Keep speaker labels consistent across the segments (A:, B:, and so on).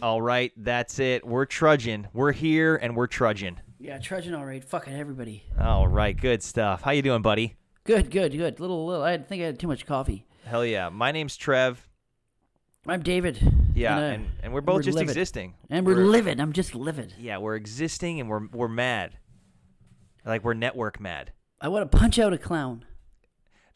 A: All right, that's it. We're trudging. We're here and we're trudging.
B: Yeah, trudging all right. Fucking everybody.
A: All right, good stuff. How you doing, buddy?
B: Good, good, good. Little, little. I think I had too much coffee.
A: Hell yeah. My name's Trev.
B: I'm David.
A: Yeah,
B: uh,
A: and, and we're both just
B: livid.
A: existing.
B: And we're, livid. I'm just livid.
A: Yeah, we're existing and we're we're mad. Like we're network mad.
B: I want to punch out a clown.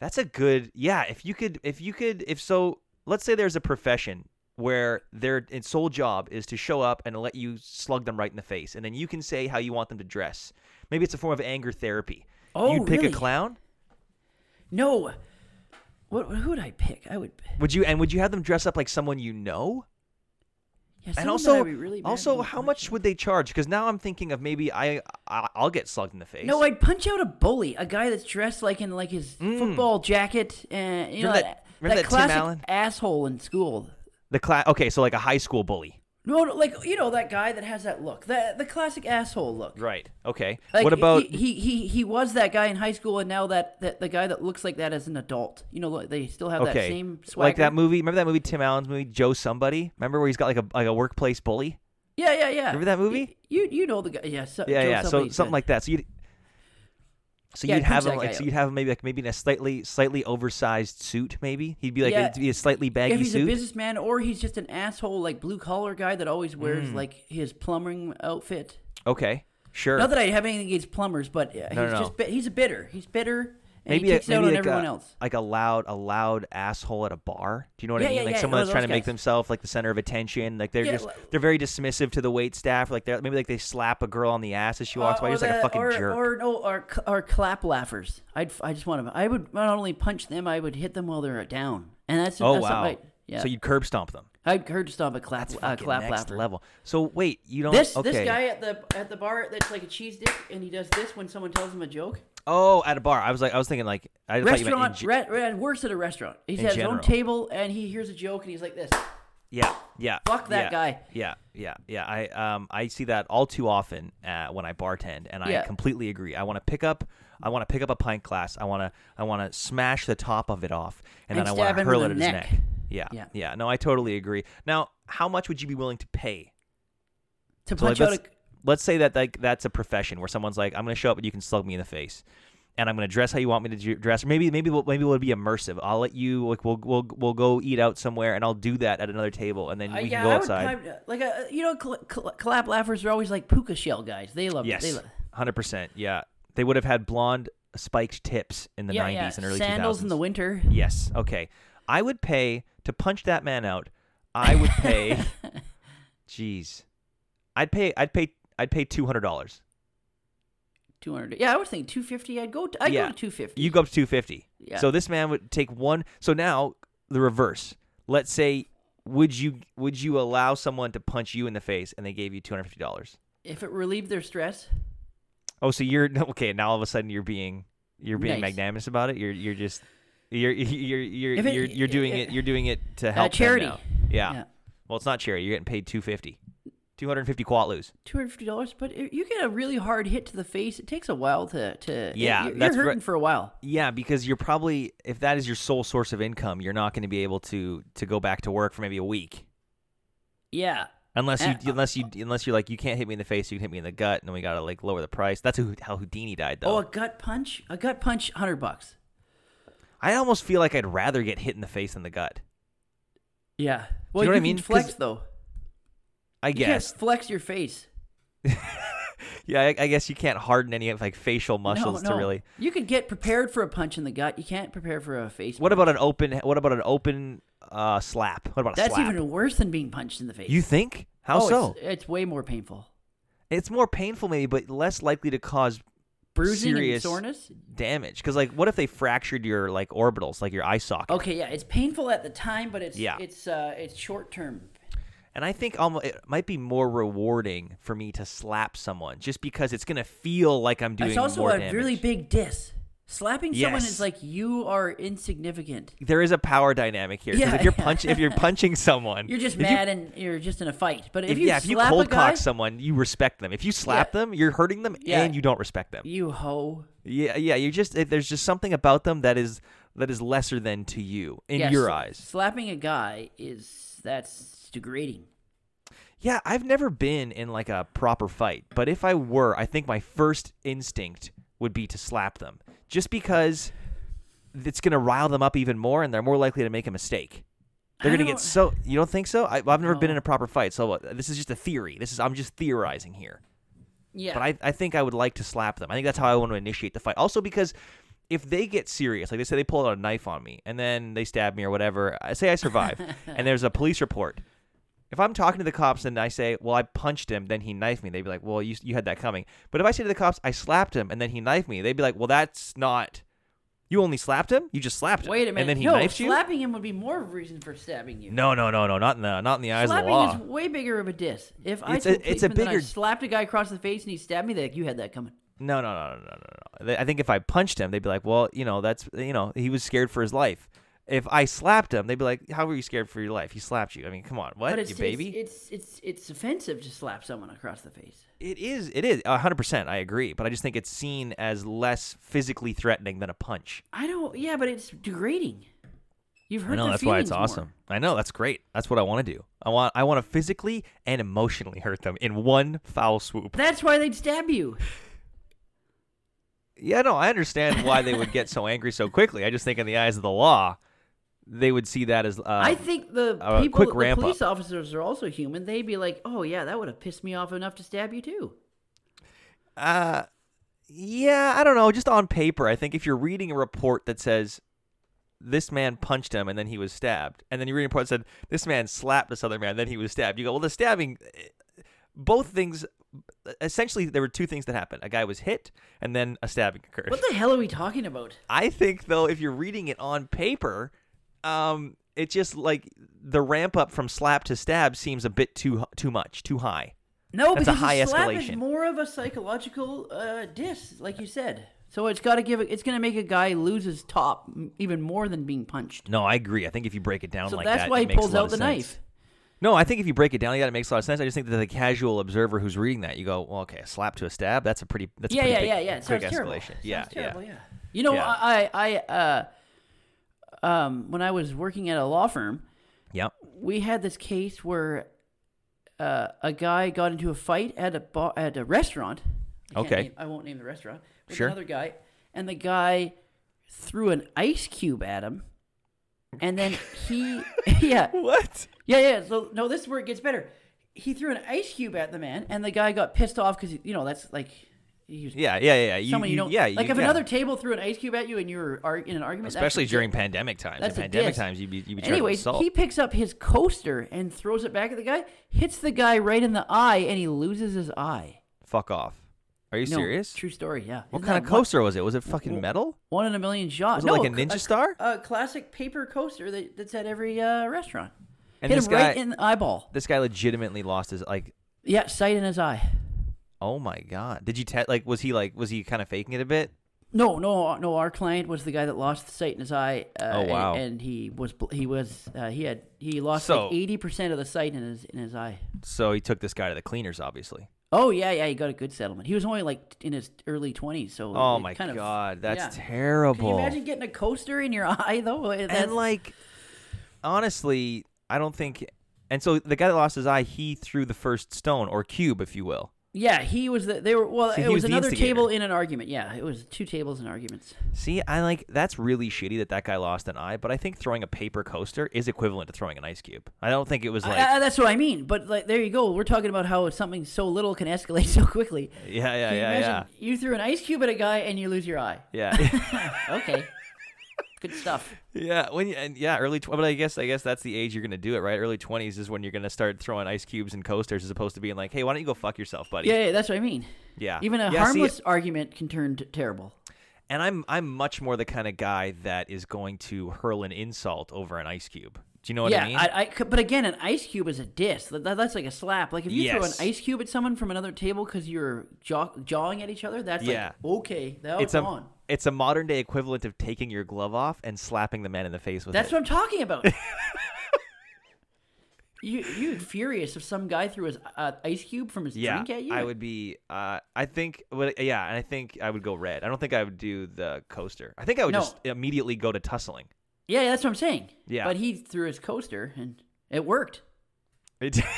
A: That's a good yeah, if you could if you could if so let's say there's a profession where their its sole job is to show up and let you slug them right in the face and then you can say how you want them to dress. Maybe it's a form of anger therapy.
B: Oh,
A: You'd pick
B: really?
A: a clown?
B: No. What? Who would I pick? I would.
A: Would you and would you have them dress up like someone you know?
B: Yeah, someone
A: and
B: that
A: also,
B: I'd be really mad
A: also,
B: with
A: how
B: punch.
A: much would they charge? Because now I'm thinking of maybe I, I I'll get slugged in the face. Mm.
B: No, I'd punch out a bully, a guy that's dressed like in like his football jacket, and you know
A: Remember that-
B: that,
A: remember that Tim
B: classic
A: Allen?
B: asshole in school.
A: the class. Okay, so like a high school bully.
B: No, no, like you know that guy that has that look, that the classic asshole look.
A: Right. Okay.
B: Like,
A: what about?
B: he, he? He he was that guy in high school, and now that, that the guy that looks like that as an adult. You know, like, they still have
A: okay.
B: that same swagger.
A: like that movie. Remember that movie, Tim Allen's movie, Joe Somebody. Remember where he's got like a like a workplace bully.
B: Yeah, yeah, yeah.
A: Remember that movie?
B: You you know the guy? Yeah, so,
A: Yeah,
B: Joe
A: yeah. So
B: somebody's
A: something
B: good.
A: like that. So you. would So
B: Yeah,
A: you'd
B: punch
A: have
B: that
A: him
B: guy
A: like so
B: up.
A: you'd have him maybe like maybe in a slightly slightly oversized suit maybe he'd be like
B: Yeah.
A: it'd be a slightly baggy
B: if he's
A: suit
B: a businessman or he's just an asshole like blue collar guy that always
A: Mm.
B: wears like his plumbing outfit.
A: okay sure
B: Not that I have anything against plumbers, but uh,
A: No,
B: he's
A: no,
B: just bi- he's a bitter. He's bitter. And
A: maybe
B: he
A: a-
B: takes it out
A: maybe
B: on
A: like
B: everyone
A: a,
B: else.
A: like a loud a loud asshole at a bar. Do you know what I
B: Yeah,
A: mean?
B: yeah,
A: like
B: yeah,
A: someone
B: one of
A: that's trying to
B: those
A: make
B: guys.
A: themselves like the center of attention. Like they're
B: Yeah,
A: just
B: li-
A: they're very dismissive to the wait staff. Like they're maybe like they slap a girl on the ass as she walks
B: Uh,
A: by,
B: or
A: just like a
B: that-
A: fucking
B: or,
A: jerk.
B: Or no, or, cl- or clap laughers. I'd, I just want to. I would not only punch them, I would hit them while they're down. And that's
A: oh
B: that's
A: wow!
B: I, yeah.
A: So you curb stomp them.
B: I'd heard stop a clap
A: That's
B: a
A: fucking
B: clap
A: next
B: laugher.
A: level. So wait, you don't
B: This
A: okay.
B: this guy at the at the bar that's like a cheese dick, and he does this when someone tells him a joke.
A: Oh, at a bar. I was like, I was thinking like I thought you meant in
B: Restaurant,
A: ge-
B: re- re- worse at a restaurant. He's
A: In
B: at
A: general.
B: his own table, and he hears a joke, and he's like this.
A: Yeah, yeah.
B: Fuck that
A: yeah,
B: guy.
A: Yeah, yeah, yeah. I um I see that all too often uh, when I bartend, and I
B: Yeah.
A: completely agree. I want to pick up, I want to pick up a pint glass. I want to, I want to smash the top of it off, and,
B: And
A: then I want
B: stab
A: to
B: him
A: hurl it
B: in
A: at
B: the
A: his
B: neck.
A: neck. Yeah, yeah,
B: Yeah.
A: No, I totally agree. Now, how much would you be willing to pay?
B: To
A: So, like,
B: punch out
A: let's,
B: a
A: let's say that like that's a profession where someone's like, I'm going to show up and you can slug me in the face. And I'm gonna dress how you want me to ju- dress. Maybe, maybe, we'll, maybe we'll be immersive. I'll let you like we'll we'll we'll go eat out somewhere, and I'll do that at another table, and then
B: Uh,
A: we can go outside.
B: I would, kind of- like uh, you know, cl- cl- clap laughers are always like puka shell guys. They love. They
A: Yes,
B: love,
A: hundred percent. Yeah, they would have had blonde spiked tips in the
B: yeah,
A: nineties
B: yeah.
A: and early
B: sandals
A: 2000s.
B: in the winter.
A: Yes. Okay. I would pay to punch that man out. I would pay. Jeez, I'd pay. I'd pay. I'd pay two hundred dollars.
B: Two hundred. Yeah, I was thinking two fifty. I'd go. To, I'd
A: Yeah.
B: go to two fifty.
A: You go up to two fifty.
B: Yeah.
A: So this man would take one. So now the reverse. Let's say, would you would you allow someone to punch you in the face and they gave you two hundred fifty dollars?
B: if it relieved their stress.
A: Oh, so you're okay. Now all of a sudden you're being you're being
B: Nice.
A: magnanimous about it. You're you're just you're you're you're
B: If it-
A: you're, you're doing
B: i-
A: it. You're doing it to help them
B: charity.
A: now. Yeah. Well, it's not charity. You're getting paid 250 250 quatlus.
B: Two hundred fifty dollars, but it, you get a really hard hit to the face. It takes a while to to.
A: Yeah,
B: you're, you're
A: that's
B: hurting
A: right.
B: for a while.
A: Yeah, because you're probably if that is your sole source of income, you're not going to be able to to go back to work for maybe a week.
B: Yeah,
A: Unless you,
B: And-
A: unless you, unless you're like, you can't hit me in the face, you can hit me in the gut, and then we gotta like lower the price. That's who, how Houdini died,
B: Oh,
A: though.
B: a gut punch? A gut punch, hundred bucks.
A: I almost feel like I'd rather get hit in the face than the gut.
B: Yeah. Well,
A: know what I
B: can
A: mean? 'Cause
B: flex though.
A: I
B: You can't
A: guess.
B: flex your face.
A: Yeah, I, I guess you can't harden any of like facial muscles
B: no, no.
A: to really.
B: You could get prepared for a punch in the gut. You can't prepare for a face.
A: What about an open? What about an open uh, slap? What about a
B: That's
A: slap?
B: even worse than being punched in the face.
A: you think? How
B: oh,
A: so?
B: It's, it's way more painful.
A: It's, more painful, maybe, but less likely to cause
B: Bruising
A: Serious-
B: and soreness.
A: damage. Because like, what if they fractured your like orbitals, like your eye socket?
B: Okay, yeah, it's painful at the time, but it's
A: Yeah.
B: it's uh, it's short term.
A: And I think almost it might be more rewarding for me to slap someone, just because it's gonna feel like I'm doing
B: It's also
A: more
B: a
A: damage.
B: really big diss. Slapping someone
A: Yes.
B: is like you are insignificant.
A: there is a power dynamic here. 'cause
B: Yeah,
A: if you're
B: yeah.
A: punch, if you're punching someone,
B: You're just
A: if you-
B: mad and you're just in a fight. But if,
A: if-
B: you
A: yeah, if
B: slap
A: you cold
B: a guy,
A: cock someone, you respect them. If you slap
B: Yeah.
A: them, you're hurting them
B: Yeah.
A: and you don't respect them.
B: you hoe.
A: Yeah, yeah. You're just it- there's just something about them that is that is lesser than to you in
B: Yeah,
A: your
B: sl-
A: eyes.
B: Slapping a guy is that's degrading.
A: Yeah, I've never been in like a proper fight, but if I were, I think my first instinct would be to slap them just because it's going to rile them up even more and they're more likely to make a mistake. They're
B: I
A: going to get
B: don't-
A: so you don't think so? I, I've never been
B: No.
A: in a proper fight, so uh, this is just a theory. This is I'm just theorizing here.
B: Yeah.
A: But I, I think I would like to slap them. I think that's how I want to initiate the fight. Also because if they get serious, like they say they pull out a knife on me and then they stab me or whatever, I say I survive and there's a police report. If I'm talking to the cops and I say, "Well, I punched him, then he knifed me," they'd be like, "Well, you you had that coming." But if I say to the cops, "I slapped him and then he knifed me," they'd be like, "Well, that's not. You only slapped him. You just slapped him.
B: Wait a minute.
A: And then he
B: no,
A: knifed you.
B: slapping him would be more of a reason for stabbing you.
A: No, no, no, no, not in the not in the eyes of
B: slapping
A: the law.
B: is way bigger of a diss. If I
A: It's
B: told
A: a- it's a
B: policemen that I
A: bigger-
B: slapped a guy across the face and he stabbed me, they're like you had that coming.
A: No, no, no, no, no, no, no. They- I think if I punched him, they'd be like, "Well, you know, that's you know, he was scared for his life." If I slapped him, they'd be like, "How were you scared for your life? He slapped you. I mean, come on, what,
B: but it's,
A: you baby?"
B: It's, it's it's it's offensive to slap someone across the face.
A: It is. It is. a 100%. I agree. But I just think it's seen as less physically threatening than a punch.
B: I don't. Yeah, but it's degrading. You've hurt.
A: I know.
B: their
A: That's why it's
B: feelings more.
A: awesome. I know. That's great. That's what I want to do. I want I want to physically and emotionally hurt them in one foul swoop.
B: That's why they'd stab you.
A: Yeah, no, I understand why they would get so angry so quickly. I just think in the eyes of the law, they would see that as uh,
B: I think the
A: a
B: people,
A: quick
B: the
A: ramp
B: police officers are also human. They'd be like, "Oh yeah, that would have pissed me off enough to stab you too."
A: Uh, yeah, I don't know. Just on paper, I think if you're reading a report that says this man punched him and then he was stabbed, and then you read a report that said this man slapped this other man and then he was stabbed, you go, well, the stabbing, eh, both things, essentially, there were two things that happened. A guy was hit, and then a stabbing occurred.
B: What the hell are we talking about?
A: I think though, if you're reading it on paper, um, it just like the ramp up from slap to stab seems a bit too too much, too high.
B: No,
A: That's a
B: because
A: high
B: a slap is
A: escalation.
B: more of a psychological uh, diss, like you said. So it's got to give. A, it's going to make a guy lose his top m- even more than being punched.
A: No, I agree. I think if you break it down
B: So
A: like
B: that's
A: that,
B: why
A: it
B: he
A: makes a
B: pulls
A: lot
B: out
A: of
B: the
A: sense.
B: knife.
A: No, I think if you break it down like that, it makes a lot of sense. I just think that the casual observer who's reading that, you go, well, okay, a slap to a stab. That's a pretty, that's a
B: Yeah,
A: pretty
B: yeah,
A: big,
B: yeah, yeah. It
A: quick escalation.
B: sounds terrible.
A: yeah,
B: sounds terrible,
A: yeah.
B: yeah. You know,
A: Yeah.
B: I, I, I, uh, um, when I was working at a law firm,
A: Yep.
B: we had this case where uh, a guy got into a fight at a bar, at a restaurant. I can't
A: Okay.
B: name- I won't name the restaurant. With
A: Sure.
B: Another guy, and the guy threw an ice cube at him, and then he, yeah,
A: What?
B: yeah, yeah. So no, this is where it gets better. He threw an ice cube at the man, and the guy got pissed off because you know that's like he was
A: Yeah, yeah, yeah. You,
B: someone you,
A: you-
B: don't
A: yeah,
B: like.
A: you,
B: if
A: yeah.
B: another table threw an ice cube at you and you were ar- in an argument, that's
A: especially
B: a diss.
A: during pandemic times.
B: That's a
A: In pandemic
B: diss.
A: times, you'd be, you'd be charged with
B: Anyways,
A: assault.
B: he picks up his coaster and throws it back at the guy, hits the guy right in the eye, and he loses his eye.
A: Fuck off. Are you
B: No,
A: serious?
B: True story. Yeah.
A: What
B: Isn't
A: kind
B: that
A: of coaster was it? Was it fucking metal?
B: One, one in a million shot.
A: Was it
B: uh, no,
A: like a ninja star?
B: A, classic paper coaster that, that's at every uh, restaurant.
A: And
B: Hit
A: this
B: him
A: guy,
B: right in the eyeball.
A: this guy legitimately lost his like.
B: Yeah, sight in his eye.
A: Oh my god! Did you te- like? Was he like? Was he kind of faking it a bit?
B: No, no, no. Our client was the guy that lost the sight in his eye. Uh,
A: Oh, wow.
B: And, and he was bl- he was uh, he had he lost
A: So-
B: like eighty percent of the sight in his in his eye.
A: So he took this guy to the cleaners, obviously.
B: Oh yeah, yeah, he got a good settlement. He was only like in his early twenties, so
A: Oh
B: it
A: my
B: kind of-
A: god, that's
B: yeah.
A: terrible.
B: Can you imagine getting a coaster in your eye though? That's-
A: and like honestly i don't think and so the guy that lost his eye he threw the first stone or cube if you will
B: yeah, he was the. They were well.
A: See, he
B: it
A: was
B: was,
A: the
B: another
A: instigator.
B: table in an argument. Yeah, it was two tables in arguments.
A: see i like that's really shitty that that guy lost an eye but i think throwing a paper coaster is equivalent to throwing an ice cube i don't think it was like
B: I- I- that's what I mean. But like, there you go. We're talking about how something so little can escalate so quickly.
A: yeah yeah
B: Can you
A: yeah yeah
B: imagine You threw an ice cube at a guy and you lose your eye.
A: yeah
B: Okay, good stuff.
A: yeah when you, and yeah early tw- but i guess i guess that's the age you're gonna do it right early 20s is when you're gonna start throwing ice cubes and coasters as opposed to being like hey why don't you go fuck yourself buddy
B: Yeah, yeah that's what I mean.
A: Yeah.
B: Even a
A: Yeah, see-
B: harmless argument can turn t- terrible.
A: and i'm i'm much more the kind of guy that is going to hurl an insult over an ice cube do you know what
B: yeah,
A: i mean
B: I, c- but again, an ice cube is a diss. That, that- that's like a slap. Like if you throw an
A: Yes.
B: ice cube at someone from another table because you're jaw- jawing at each other, that's
A: Yeah.
B: like okay, that
A: it's
B: was
A: a
B: oh, on.
A: it's a modern day equivalent of taking your glove off and slapping the man in the face with it.
B: That's what I'm talking about. you you'd furious if some guy threw his uh, ice cube from his
A: yeah,
B: drink at you.
A: I would be. Uh, I think. Would, yeah, and I think I would go red. I don't think I would do the coaster. I think I would
B: No.
A: just immediately go to tussling.
B: Yeah, yeah, that's what I'm saying.
A: Yeah.
B: but he threw his coaster and it worked.
A: It-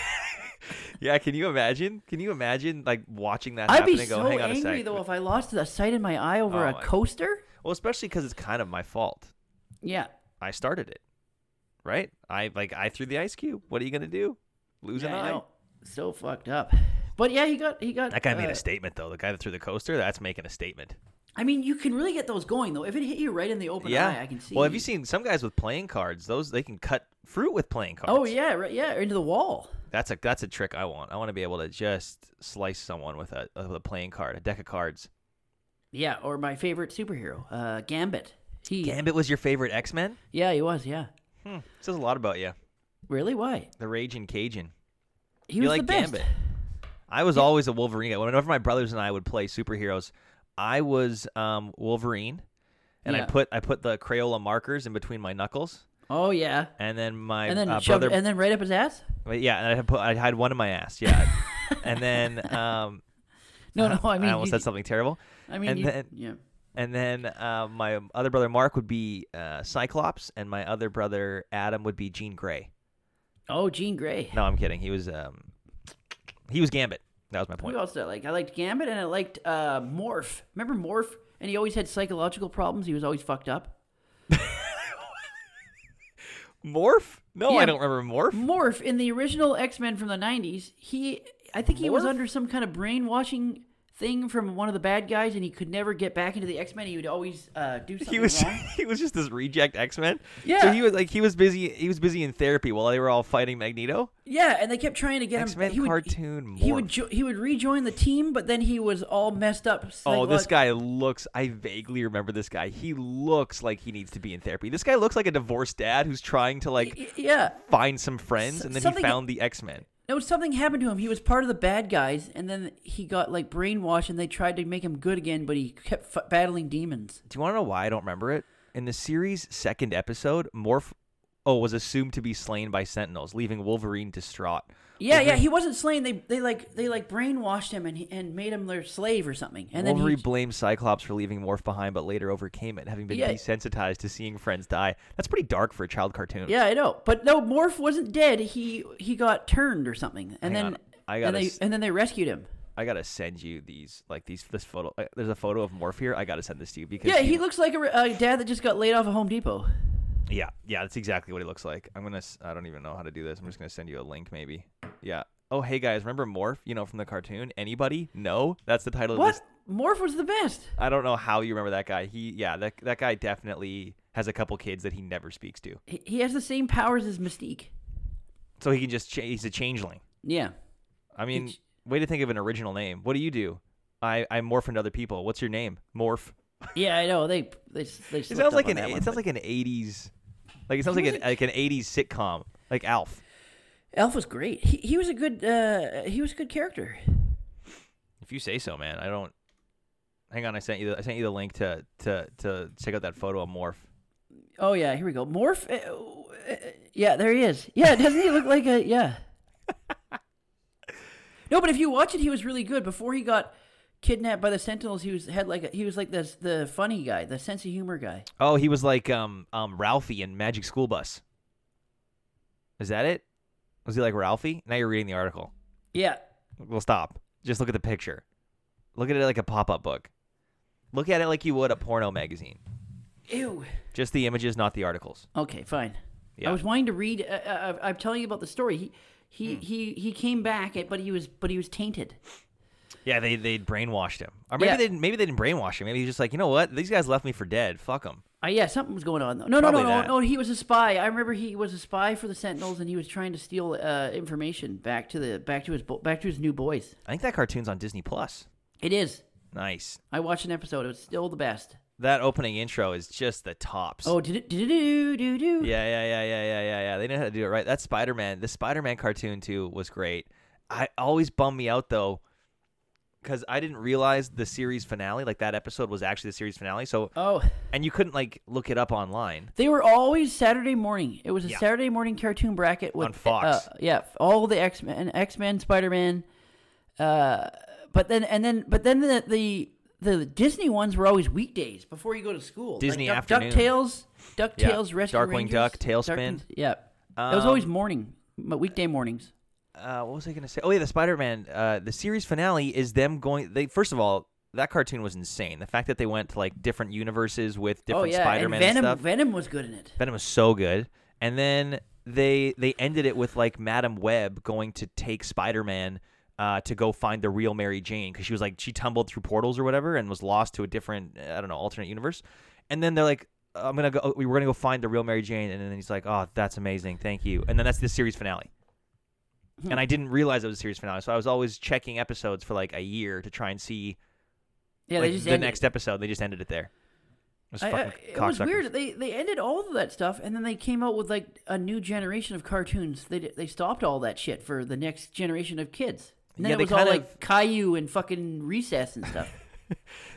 A: Yeah, can you imagine? Can you imagine like watching that
B: I'd
A: happen
B: be
A: and go,
B: so
A: hang on a
B: angry
A: second.
B: though if I lost the sight in my eye over
A: Oh,
B: a
A: I-
B: coaster.
A: Well, especially because it's kind of my fault.
B: Yeah,
A: I started it, right? I like I threw the ice cube. What are you gonna do? Lose
B: yeah,
A: an
B: I
A: eye?
B: know. So fucked up. But yeah, he got he got
A: That guy made
B: uh,
A: a statement though. The guy that threw the coaster, that's making a statement.
B: I mean, you can really get those going though. If it hit you right in the open
A: yeah,
B: eye, I can see.
A: Well, have you seen some guys with playing cards? Those they can cut fruit with playing cards.
B: Oh yeah, right. Yeah, into the wall.
A: that's a that's a trick I want. I want to be able to just slice someone with a with a playing card, a deck of cards.
B: Yeah, or my favorite superhero, uh, Gambit. He.
A: Gambit was your favorite X Men.
B: Yeah, he was. Yeah.
A: Hmm, says a lot about you.
B: Really? Why?
A: The raging Cajun.
B: He
A: You
B: was
A: like
B: the best.
A: Gambit. I was always a Wolverine guy. Whenever my brothers and I would play superheroes, I was um, Wolverine, and I
B: Yeah.
A: put I put the Crayola markers in between my knuckles,
B: Oh yeah.
A: and then my
B: And then
A: uh,
B: shoved,
A: brother,
B: and then right up his ass.
A: wait, yeah, and I had put I had one in my ass, yeah, and then um,
B: No, no. I mean,
A: I almost
B: you-
A: said something terrible,
B: I mean,
A: and
B: you-
A: then-
B: yeah.
A: and then uh, my other brother Mark would be uh, Cyclops, and my other brother Adam would be Jean Grey.
B: Oh, Jean Grey.
A: No, I'm kidding. He was um, he was Gambit. That was my
B: Who
A: point.
B: else did I like? I liked Gambit and I liked uh, Morph. Remember Morph? And he always had psychological problems. He was always fucked up.
A: Morph? No, I
B: Yeah.
A: don't remember Morph.
B: Morph in the original X Men from the '90s, he I think he was
A: Morph?
B: under some kind of brainwashing thing from one of the bad guys, and he could never get back into the X Men. He would always uh, do something
A: he was
B: wrong.
A: he was just this reject X Men. So
B: Yeah.
A: he was like he was busy he was busy in therapy while they were all fighting Magneto.
B: Yeah, and they kept trying to get
A: X-Men
B: him. he would-
A: cartoon
B: He would
A: Morph.
B: jo- he would rejoin the team, but then he was all messed up.
A: Oh, this
B: psycholo-
A: guy looks. I vaguely remember this guy. He looks like he needs to be in therapy. This guy looks like a divorced dad who's trying to like
B: Y- Yeah,
A: find some friends, and then he
B: something-
A: found the X Men.
B: no, something happened to him. He was part of the bad guys, and then he got like brainwashed, and they tried to make him good again, but he kept f- battling demons.
A: Do you want to know why I don't remember it? In the series' second episode, Morph. Oh, was assumed to be slain by Sentinels, leaving Wolverine distraught.
B: Yeah, yeah, he wasn't slain. They they like they like brainwashed him and he, and made him their slave or something. And
A: Wolverine
B: then
A: blames Cyclops for leaving Morph behind, but later overcame it, having been
B: Yeah.
A: desensitized to seeing friends die. That's pretty dark for a child cartoon.
B: he, yeah, I know. But no, Morph wasn't dead. He he got turned or something, and
A: Hang
B: then
A: on. I gotta
B: and they
A: s-
B: and then they rescued him.
A: I gotta send you these, like these, this photo. uh, There's a photo of Morph here. I gotta send this to you because
B: Yeah, he looks like a, re- a dad that just got laid off at Home Depot.
A: yeah, yeah. That's exactly what he looks like. I'm gonna. s- I don't even know how to do this. I'm just gonna send you a link, maybe. Yeah. Oh, hey guys, remember Morph? You know from the cartoon. Anybody? No, that's the title of
B: What
A: this.
B: Morph was the best.
A: I don't know how you remember that guy. He, yeah, that that guy definitely has a couple kids that he never speaks to,
B: He, he has the same powers as Mystique.
A: so he can just. Cha- he's a changeling.
B: Yeah.
A: I mean,
B: Each-
A: way to think of an original name. What do you do? I, I morph into other people. What's your name? Morph.
B: Yeah, I know. They they they
A: It sounds like an it sounds like an eighties, like it sounds like
B: was
A: an
B: a-
A: like an eighties sitcom, like Alf.
B: Elf was great. He, he was a good uh he was a good character.
A: If you say so, man. I don't. Hang on, I sent you the, I sent you the link to to to check out that photo of Morph.
B: Oh yeah, here we go. Morph uh, uh, Yeah, there he is. Yeah, doesn't he look like a yeah. No, but if you watch it, he was really good. Before he got kidnapped by the Sentinels, he was had like a, he was like this the funny guy, the sense of humor guy.
A: Oh, he was like um um Ralphie in Magic School Bus. Is that it? Was he like Ralphie? Now you're reading the article.
B: Yeah.
A: Well, stop. Just look at the picture. Look at it like a pop up book. Look at it like you would a porno magazine.
B: Ew.
A: Just the images, not the articles.
B: Okay, fine.
A: Yeah.
B: I was wanting to read. Uh, uh, I'm telling you about the story. He he he he came back, eh, but he was but he was tainted.
A: Yeah, they they brainwashed him, or maybe
B: Yeah.
A: they didn't. Maybe they didn't brainwash him. Maybe he's just like, you know what? These guys left me for dead. Fuck them.
B: Uh, yeah, something was going on though. No, no,
A: Probably
B: no, no,
A: that.
B: no. He was a spy. I remember he was a spy for the Sentinels, and he was trying to steal uh, information back to the back to his bo- back to his new boys.
A: I think that cartoon's on Disney Plus.
B: It is.
A: Nice.
B: I watched an episode. It was still the best.
A: That opening intro is just the tops.
B: Oh, did it? Did do do do.
A: Yeah, yeah, yeah, yeah, yeah, yeah, yeah. They know how to do it right. That Spider Man, the Spider Man cartoon too, was great. I always bummed me out though, because I didn't realize the series finale, like that episode, was actually the series finale. So,
B: Oh,
A: and you couldn't like look it up online.
B: they were always Saturday morning. It was a
A: Yeah.
B: Saturday morning cartoon bracket with
A: On Fox.
B: Uh, yeah, all the X Men, X Men, Spider Man. Uh, but then and then but then the, the the Disney ones were always weekdays before you go to school.
A: Disney
B: like Duck,
A: afternoon.
B: Ducktales, Ducktales, Rescue
A: Darkwing
B: Rangers,
A: Duck, Tailspin.
B: Darkwing- yeah, it was
A: Um,
B: always morning, but weekday mornings.
A: uh, what was I gonna say? Oh yeah, the Spider-Man. Uh, the series finale is them going. They first of all, that cartoon was insane. The fact that they went to like different universes with different
B: oh yeah,
A: Spider-Man
B: and Venom.
A: stuff.
B: Venom was good in it.
A: Venom was so good. And then they they ended it with like Madam Web going to take Spider Man uh, to go find the real Mary Jane because she was like she tumbled through portals or whatever and was lost to a different I don't know alternate universe. And then they're like, "Oh, I'm gonna go. We were gonna go find the real Mary Jane. And then he's like, Oh, that's amazing. Thank you. And then that's the series finale.
B: Hmm.
A: And I didn't realize it was a series finale, so I was always checking episodes for like a year to try and see
B: Yeah,
A: like,
B: they just
A: the
B: ended.
A: next episode. They just ended it there. It was,
B: I- I-
A: fucking
B: it was
A: cocksuckers.
B: weird. They they ended all of that stuff, and then they came out with like a new generation of cartoons. They di- they stopped all that shit for the next generation of kids. And then
A: Yeah,
B: it
A: they
B: was all
A: kind
B: like Caillou and fucking Recess and stuff.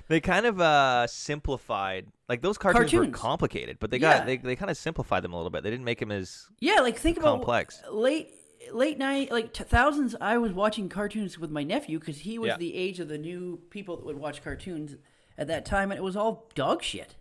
A: They kind of uh simplified like those cartoons, were
B: Cartoons.
A: complicated, but they
B: Yeah.
A: got they, they kind of simplified them a little bit. They didn't make them as
B: yeah, like think about
A: Complex.
B: late late night like t- thousands. I was watching cartoons with my nephew because he was
A: Yeah.
B: the age of the new people that would watch cartoons at that time, and it was all dog shit.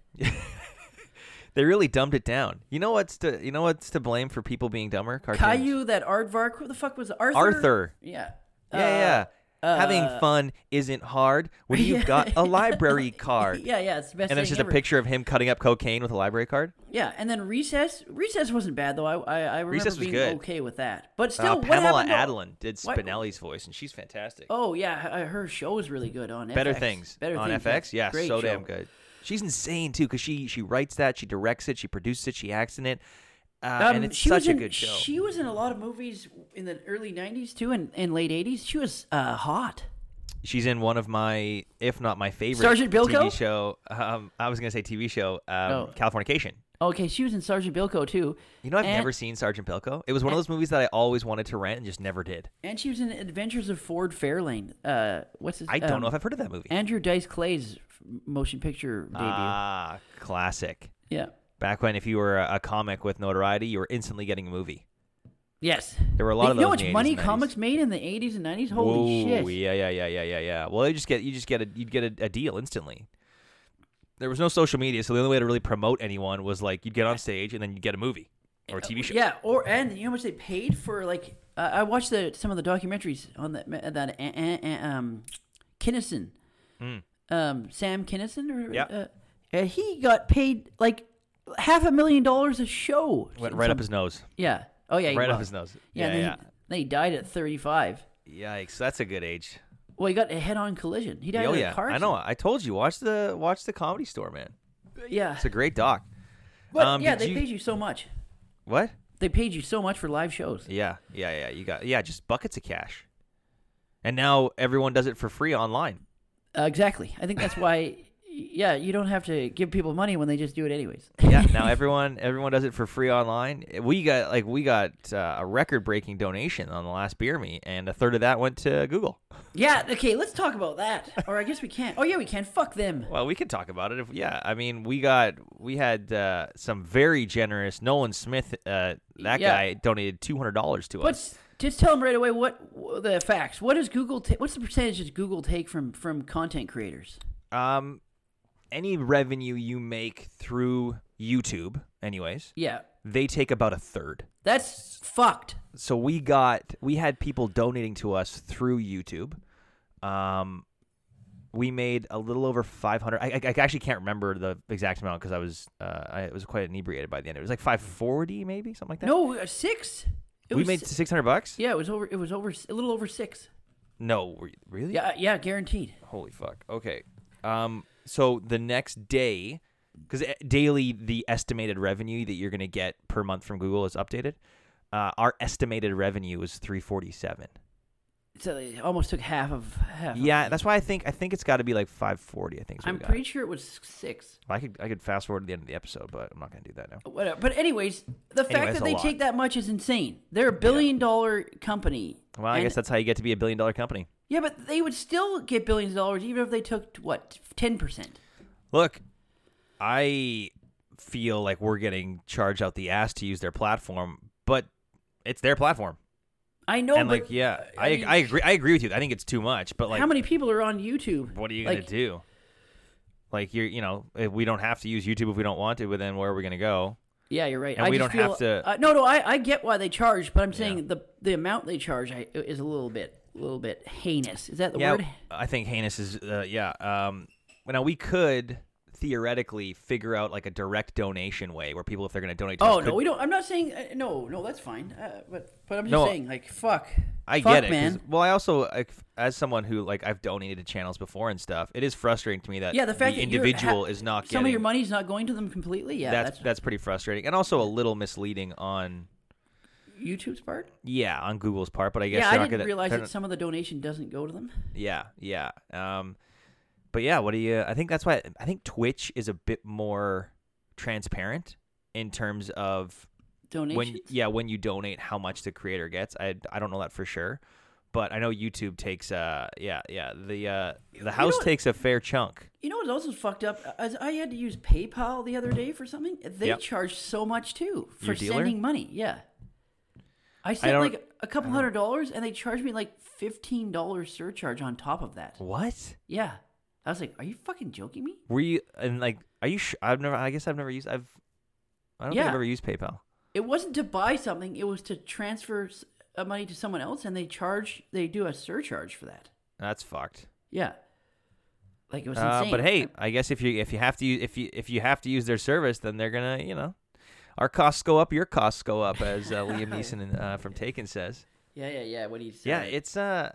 A: they really dumbed it down. You know what's to you know what's to blame for people being dumber? Cartoons.
B: Caillou, that Aardvark, who the fuck was it? Arthur?
A: Arthur.
B: Yeah.
A: Yeah, yeah.
B: Uh,
A: Having fun isn't hard when you've got a library
B: Uh,
A: card.
B: yeah, yeah. It's the best
A: And it's
B: thing
A: just
B: ever.
A: a picture of him cutting up cocaine with a library card.
B: Yeah, and then recess. Recess wasn't bad though. I I, I remember
A: Recess was
B: being
A: good.
B: okay with that. But
A: Uh,
B: still, what
A: Pamela
B: happened to-
A: Adlin did
B: what-
A: Spinelli's voice, and she's fantastic.
B: Oh yeah, her- her show is really good on
A: Better
B: FX.
A: Things
B: Better
A: on
B: things.
A: FX. Yeah,
B: great
A: so
B: show.
A: damn good. She's insane too because she she writes that, she directs it, she produces it, she acts in it, uh,
B: Um,
A: and it's
B: she
A: such
B: was
A: a
B: in-
A: good show.
B: She was in a lot of movies in the early '90s too, and, and late '80s. She was uh, hot.
A: She's in one of my, if not my favorite,
B: Sergeant Bilko?
A: TV show. Um, I was gonna say TV show, um,
B: Oh.
A: Californication.
B: Okay, she was in Sergeant Bilko too.
A: You know, I've
B: and,
A: never seen Sergeant Bilko. It was one of those movies that I always wanted to rent and just never did.
B: And she was in Adventures of Ford Fairlane. Uh, what's his?
A: I don't
B: um,
A: know if I've heard of that movie.
B: Andrew Dice Clay's motion picture debut.
A: Ah, classic.
B: yeah.
A: Back when, if you were a a comic with notoriety, you were instantly getting a movie.
B: Yes.
A: There were a lot
B: you
A: of
B: know how
A: those
B: much
A: in the 80s
B: money
A: and 90s.
B: comics made in the 80s and 90s? Holy
A: Whoa,
B: shit.
A: Yeah, yeah, yeah, yeah, yeah, yeah. Well, you just get you just get a you would get a, a deal instantly. There was no social media, so the only way to really promote anyone was like you'd get on stage and then you'd get a movie or a TV show.
B: Yeah, or and you know how much they paid for like uh, I watched the some of the documentaries on that that uh, uh, um Kinnison. Um Sam Kinnison or
A: Mm. Yeah.
B: uh, uh, he got paid like half a million dollars a show.
A: Went right up his nose.
B: Yeah. Oh yeah, he
A: Right up
B: was.
A: his nose. Yeah,
B: Yeah, and then,
A: yeah.
B: He, then he died at 35.
A: Yikes, that's a good age.
B: Well, he got a head-on collision. He died
A: Oh
B: in a
A: yeah,
B: car.
A: I know. I told you watch the watch the Comedy Store, man.
B: accident. Yeah.
A: It's a great doc.
B: But
A: um,
B: yeah,
A: did
B: they
A: you-
B: paid you so much.
A: What?
B: They paid you so much for live shows.
A: Yeah, yeah, yeah. You got yeah, just buckets of cash. And now everyone does it for free online.
B: Uh, exactly. I think that's why. Yeah, you don't have to give people money when they just do it anyways.
A: yeah now everyone everyone does it for free online we got like we got uh, a record breaking donation on the last beer me and a third of that went to google
B: yeah. Okay. Let's talk about that. Or I guess we can't. Oh yeah, we can. Fuck them.
A: well we can talk about it if yeah i mean we got we had uh, some very generous nolan smith uh, that
B: Yeah.
A: guy donated $200 to
B: But
A: us
B: s- just tell them right away what, what the facts. What does Google? Ta- what's the percentage does Google take from from content creators?
A: um any revenue you make through youtube anyways
B: Yeah,
A: they take about a third
B: that's fucked.
A: so we got we had people donating to us through YouTube. Um, we made a little over 500. I, I, I actually can't remember the exact amount because I was uh, I was quite inebriated by the end. It was like 540 maybe something like that.
B: No, uh, six. It
A: we
B: was,
A: made 600 bucks.
B: Yeah, it was over. It was over s- a little over six.
A: No, re- really?
B: Yeah, uh, yeah, guaranteed.
A: Holy fuck. Okay. Um. So the next day, because daily the estimated revenue that you're gonna get per month from Google is updated. Uh, our estimated revenue was 347.
B: So they uh, almost took half of half. of-
A: Yeah, that's why I think I think it's got to be like 540. I think. Is what
B: I'm
A: we got.
B: pretty sure it was six.
A: I could I could fast forward to the end of the episode, but I'm not gonna do that now.
B: Whatever. But anyways, the fact
A: Anyways,
B: that
A: a
B: they
A: lot.
B: take that much is insane. They're a billion dollar company.
A: Well, I
B: And-
A: guess that's how you get to be a billion dollar company.
B: yeah, but they would still get billions of dollars even if they took what ten percent.
A: Look, I feel like we're getting charged out the ass to use their platform, but it's their platform,
B: I know,
A: and
B: but
A: like yeah,
B: I
A: I
B: mean-
A: I agree I agree with you. I think it's too much, but like
B: how many people are on YouTube?
A: what are you gonna
B: like,
A: do? Like you're you know if we don't have to use YouTube if we don't want to, but then where are we gonna go?
B: Yeah, you're right.
A: And
B: I
A: we
B: just
A: don't have
B: feel-
A: to-
B: Uh, no, no, I, I get why they charge, but I'm saying the the amount they charge I, is a little bit, a little bit heinous. Is that the
A: yeah,
B: word?
A: I think heinous is uh, yeah. Um, well, now we could theoretically figure out like a direct donation way where people, if they're going to donate, to us,
B: Oh
A: could-
B: no, we don't. I'm not saying uh, no, no. That's fine. Uh, but but I'm just
A: No,
B: saying like fuck.
A: I
B: fuck,
A: get it. 'cause-
B: man.
A: Well, I also like, as someone who like I've donated to channels before and stuff. It is frustrating to me that
B: Yeah, the fact that you're ha-
A: individual is not
B: some
A: getting
B: of your money's not going to them completely. Yeah,
A: that's,
B: that's,
A: that's pretty frustrating and also a little misleading on
B: YouTube's part.
A: yeah on Google's part. But I guess
B: yeah, I
A: they're
B: didn't
A: not gonna,
B: realize
A: they're
B: that
A: not-
B: some of the donation doesn't go to them.
A: Yeah, yeah. Um, but yeah, what do you? I think that's why I think Twitch is a bit more transparent in terms of when
B: Donations.
A: yeah when you donate how much the creator gets. I I don't know that for sure, but I know YouTube takes uh yeah yeah the uh the house
B: know-
A: takes a fair chunk.
B: You know what else is fucked up? Uh, As I had to use PayPal the other day for something. They
A: Yep.
B: charge so much too for
A: Your dealer?
B: sending money. Yeah. I sent
A: don't-
B: like a couple hundred dollars and they charged me like fifteen dollars surcharge on top of that.
A: What
B: Yeah. I was like, Are you fucking joking me?
A: were you and like are you? Sh- I've never. I guess I've never used. I've I don't think
B: Yeah.
A: I've ever used PayPal.
B: It wasn't to buy something, it was to transfer s- uh, money to someone else and they charge they do a surcharge for that.
A: That's fucked.
B: Yeah. Like it was
A: Uh,
B: insane.
A: but hey, I guess if you if you have to use if you if you have to use their service, then they're gonna you know, our costs go up, your costs go up, as uh, Liam Neeson uh, from Taken says.
B: Yeah, yeah, yeah. What do you say?
A: Yeah, it's uh,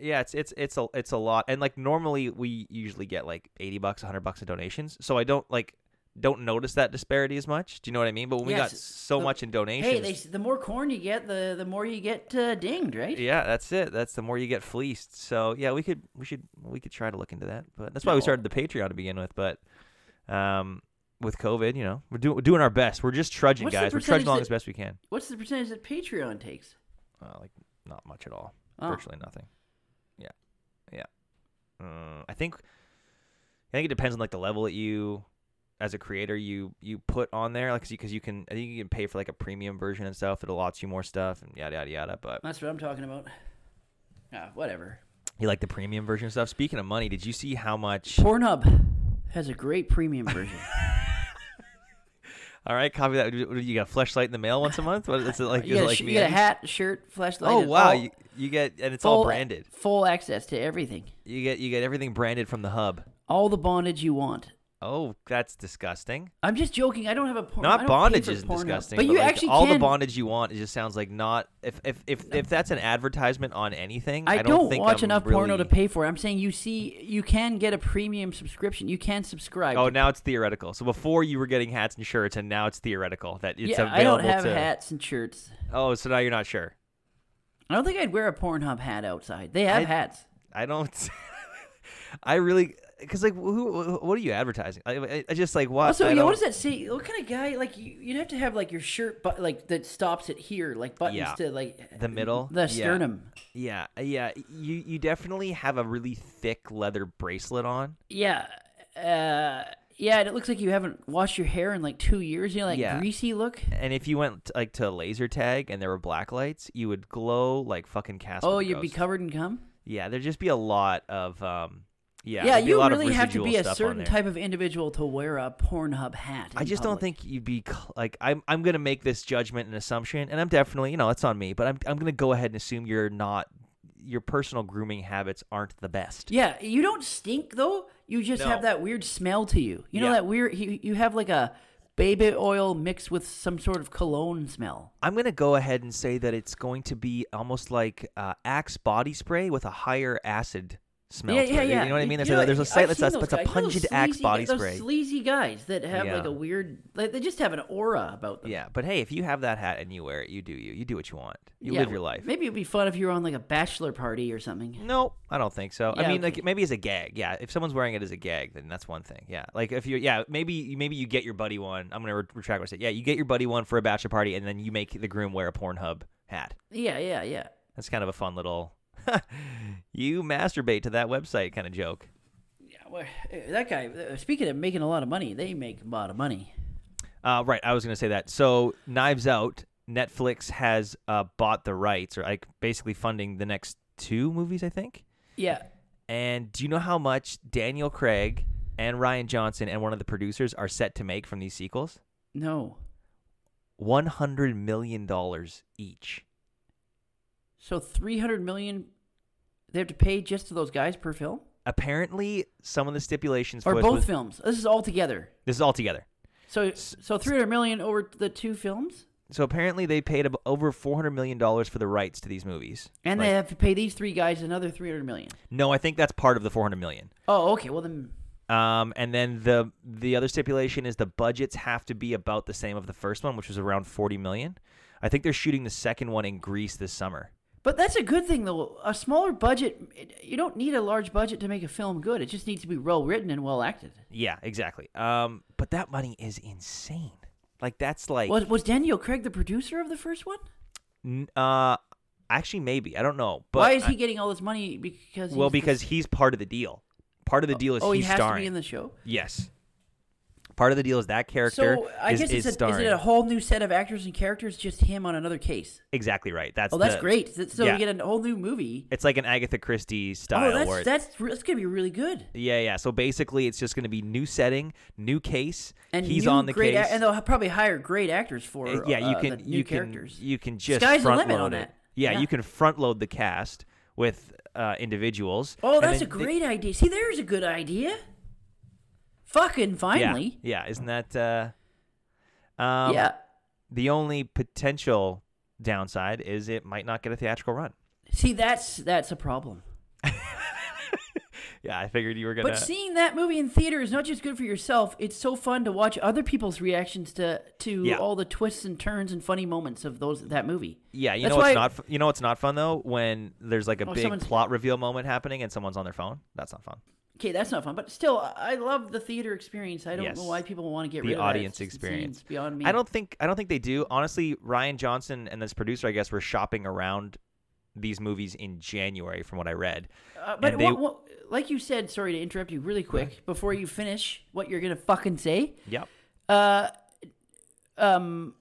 A: yeah, it's it's it's a it's a lot, and like normally we usually get like eighty bucks, hundred bucks in donations, so I don't like don't notice that disparity as much. Do you know what I mean? But when we got
B: Yes,
A: so
B: the-
A: much in donations,
B: Hey, they, s- the more corn you get, the the more you get uh, dinged, right?
A: yeah, that's it. That's the more you get fleeced. So yeah, we could we should we could try to look into that. But that's why we
B: No.
A: started the Patreon to begin with. But um, with COVID, you know, we're doing we're doing our best. We're just trudging,
B: What's the
A: guys. We're trudging
B: percentage
A: along
B: that-
A: as best we can.
B: What's the percentage that Patreon takes?
A: Uh, like not much at all.
B: Oh.
A: Virtually nothing. Yeah, yeah. Uh, I think I think it depends on like the level that you as a creator you you put on there like because you can I think you can pay for like a premium version and stuff that allots you more stuff and yada yada yada but
B: That's what I'm talking about. Ah, whatever.
A: You like the premium version of stuff? Speaking of money, did you see how much?
B: Pornhub has a great premium version.
A: All right, copy that. What, do You got a flashlight in the mail once a month? What is it like? is
B: you get,
A: it
B: a,
A: like
B: sh-
A: me?
B: you get a hat, shirt, flashlight.
A: Oh
B: and
A: wow,
B: all-
A: you, you get and it's all
B: full-
A: branded.
B: Full access to everything.
A: You get you get everything branded from the hub.
B: All the bondage you want.
A: Oh, that's disgusting.
B: I'm just joking. I don't have a porn. I
A: Not
B: don't
A: bondage
B: pay for
A: isn't
B: Pornhub.
A: disgusting,
B: but you
A: like,
B: actually
A: all
B: can.
A: the bondage you want. It just sounds like not if if if, if that's an advertisement on anything. I,
B: I don't
A: think
B: watch
A: I'm
B: enough porno to
A: really-
B: pay for it. I'm saying you see, you can get a premium subscription. You can subscribe.
A: Oh, now it's theoretical. So before you were getting hats and shirts, and now it's theoretical that it's
B: yeah,
A: available
B: I don't have
A: to.
B: hats and shirts.
A: Oh, so now you're not sure.
B: I don't think I'd wear a Pornhub hat outside. They have
A: I-
B: hats.
A: I don't. I really because like who, who- What are you advertising? I, I, I just like what.
B: Also,
A: I
B: yeah,
A: don't-
B: what does that say? What kind of guy? Like, you, you'd have to have like your shirt, but like that stops it here, like buttons
A: Yeah.
B: to like
A: The middle?
B: the
A: Yeah.
B: sternum.
A: Yeah, yeah. You you definitely have a really thick leather bracelet on.
B: Yeah, uh, yeah. And it looks like you haven't washed your hair in like two years. You know, like
A: Yeah.
B: greasy look.
A: And if you went t- like to laser tag and there were black lights, you would glow like fucking Casper.
B: Oh,
A: the
B: you'd be
A: Ghost.
B: covered in cum.
A: Yeah, there'd just be a lot of um. Yeah,
B: Yeah,
A: there'd be a
B: you
A: lot of
B: really have to
A: residual
B: be a
A: stuff on
B: certain
A: there.
B: type of individual to wear a Pornhub hat.
A: I
B: in
A: just don't
B: public.
A: think you'd be cl- like I'm. I'm gonna make this judgment and assumption, and I'm definitely you know it's on me, but I'm I'm gonna go ahead and assume you're not. Your personal grooming habits aren't the best.
B: Yeah, you don't stink though. You just have
A: No.
B: that weird smell to you. You know
A: Yeah.
B: that weird. You, you have like a baby oil mixed with some sort of cologne smell.
A: I'm gonna go ahead and say that it's going to be almost like uh, Axe body spray with a higher acid smell.
B: Yeah,
A: to
B: yeah,
A: it.
B: yeah.
A: You know what I mean? There's, a,
B: know,
A: there's a
B: I've
A: site that's
B: seen
A: that's
B: those
A: that's a
B: guys. You know those
A: pungent Axe
B: sleazy-
A: body
B: those
A: spray.
B: sleazy guys that have like
A: Yeah.
B: a weird, like, they just have an aura about them.
A: yeah, but hey, if you have that hat and you wear it, you do you. You do what you want. You
B: Yeah,
A: live your life.
B: Maybe it'd be fun if you were on like a bachelor party or something.
A: No, I don't think so. I
B: Yeah,
A: mean,
B: okay.
A: like maybe as a gag. Yeah, if someone's wearing it as a gag, then that's one thing. Yeah, like if you, yeah, maybe maybe you get your buddy one. I'm gonna re- retract what I said. Yeah, you get your buddy one for a bachelor party, and then you make the groom wear a Pornhub hat.
B: Yeah, yeah, yeah.
A: That's kind of a fun little. you masturbate to that website kind of joke.
B: yeah well, eh, that guy. eh, Speaking of making a lot of money, they make a lot of money.
A: Uh, right, I was gonna say that. So Knives Out, Netflix has uh, bought the rights, or like basically funding the next two movies, I think.
B: Yeah,
A: And do you know how much Daniel Craig and Ryan Johnson and one of the producers are set to make from these sequels?
B: No.
A: One hundred million dollars each.
B: So 300 million they have to pay just to those guys per film?
A: Apparently, some of the stipulations
B: Or
A: for this
B: both
A: was-
B: films? This is all together.
A: This is all together.
B: So so 300 million over the two films?
A: So apparently, they paid ab- over four hundred million dollars for the rights to these movies.
B: And
A: Like-
B: they have to pay these three guys another 300 million.
A: No, I think that's part of the four hundred million.
B: Oh, okay. Well then
A: Um, and then the the other stipulation is the budgets have to be about the same of the first one, which was around forty million. I think they're shooting the second one in Greece this summer.
B: But that's a good thing though. A smaller budget it- you don't need a large budget to make a film good. It just needs to be well written and well acted.
A: Yeah, exactly. Um, but that money is insane. Like that's like
B: Was was Daniel Craig the producer of the first one?
A: n- uh, actually maybe I don't know. But
B: Why is
A: I-
B: he getting all this money because
A: well,
B: he's the-
A: because he's part of the deal. Part of the deal is
B: Oh, he
A: he's
B: has
A: starring.
B: to be in the show.
A: yes. Part of the deal is that character
B: so I
A: is,
B: guess
A: is
B: it's a, is
A: starring.
B: it a whole new set of actors and characters, just him on another case?
A: exactly right. That's
B: Oh, that's
A: the-
B: great. Th- So
A: yeah.
B: we get a whole new movie.
A: It's like an Agatha Christie style.
B: Oh,
A: where
B: that's
A: it-
B: that's re- that's gonna be really good.
A: Yeah, yeah. So basically, it's just going to be new setting, new case.
B: And
A: he's
B: new
A: on the
B: great
A: case.
B: and they'll ha- probably hire great actors for.
A: Uh, yeah, you
B: uh,
A: can
B: the new
A: you can
B: characters.
A: you can just
B: Sky's the
A: front
B: limit
A: load
B: on
A: it.
B: that.
A: Yeah,
B: Yeah.
A: you can front load the cast with uh, individuals.
B: oh,
A: and
B: that's a
A: then they-
B: great idea. See, there's a good idea. Fucking
A: yeah,
B: finally,
A: yeah, Isn't that? Uh, um,
B: yeah.
A: The only potential downside is it might not get a theatrical run.
B: See, that's that's a problem.
A: Yeah, I figured you were gonna.
B: But seeing that movie in theater is not just good for yourself; it's so fun to watch other people's reactions to to
A: Yeah.
B: all the twists and turns and funny moments of those that movie.
A: yeah, you
B: That's
A: know what's
B: why-
A: not fu- you know what's not fun though when there's like a
B: Oh,
A: big
B: someone's-
A: plot reveal moment happening and someone's on their phone. That's not fun.
B: Okay, that's not fun, but still, I- I love the theater experience. I don't
A: Yes.
B: know why people want to get
A: the
B: rid of
A: audience
B: that. It's- it
A: experience
B: seems beyond me.
A: I don't think I don't think they do. Honestly, Ryan Johnson and this producer, I guess, were shopping around these movies in January, from what I read.
B: Uh, but
A: and they-
B: what, what, like you said, sorry to interrupt you, really quick before you finish what you're gonna fucking say.
A: Yep.
B: Uh, um,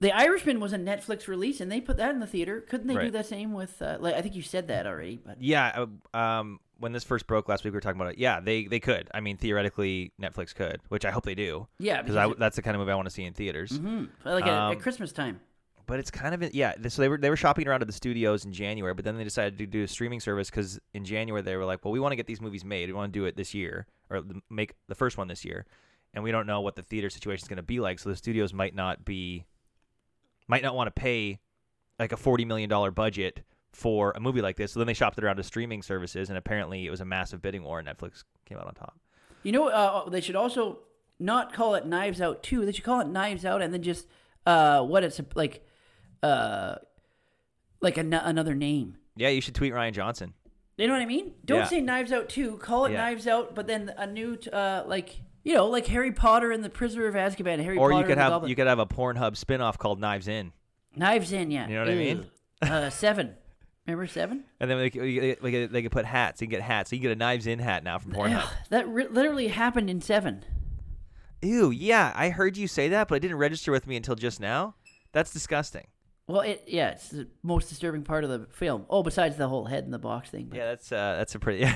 B: The Irishman was a Netflix release, and they put that in the theater. Couldn't they do
A: Right.
B: the same with? Uh, like I think you said that already, but
A: Yeah. uh, Um. When this first broke last week, we were talking about it. Yeah, they they could. I mean, theoretically, Netflix could, which I hope they do.
B: Yeah,
A: Because
B: because
A: I-
B: it-
A: that's the kind of movie I want to see in theaters.
B: hmm, like at,
A: Um,
B: at Christmas time.
A: But it's kind of yeah. th- So they were they were shopping around at the studios in January, but then they decided to do a streaming service because in January they were like, well, we want to get these movies made. We want to do it this year or th- make the first one this year, and we don't know what the theater situation is going to be like. So the studios might not be, might not want to pay like a forty million dollar budget for a movie like this. So then they shopped it around to streaming services, and apparently it was a massive bidding war, and Netflix came out on top.
B: You know, uh, they should also not call it Knives Out Two. They should call it Knives Out, and then just uh, what it's like, uh, like an- another name.
A: Yeah, you should tweet Ryan Johnson.
B: You know what I mean? Don't
A: Yeah.
B: say Knives Out Two. Call it
A: Yeah.
B: Knives Out, but then a new, t- uh, like you know, like Harry Potter and the Prisoner of Azkaban. Harry
A: Or
B: Potter
A: you could
B: and the
A: have
B: Goblin.
A: you could have a Pornhub spin-off called Knives In.
B: Knives in, yeah.
A: You know what I mean?
B: Ew. uh, seven. Remember seven?
A: And then they could, they, could, they could put hats. You can get hats. You can get a knives in hat now from Pornhub.
B: That re- literally happened in seven.
A: Ew, yeah, I heard you say that, but it didn't register with me until just now. That's disgusting.
B: Well, it yeah, it's the most disturbing part of the film. Oh, besides the whole head in the box thing. But
A: Yeah, that's uh, that's a pretty.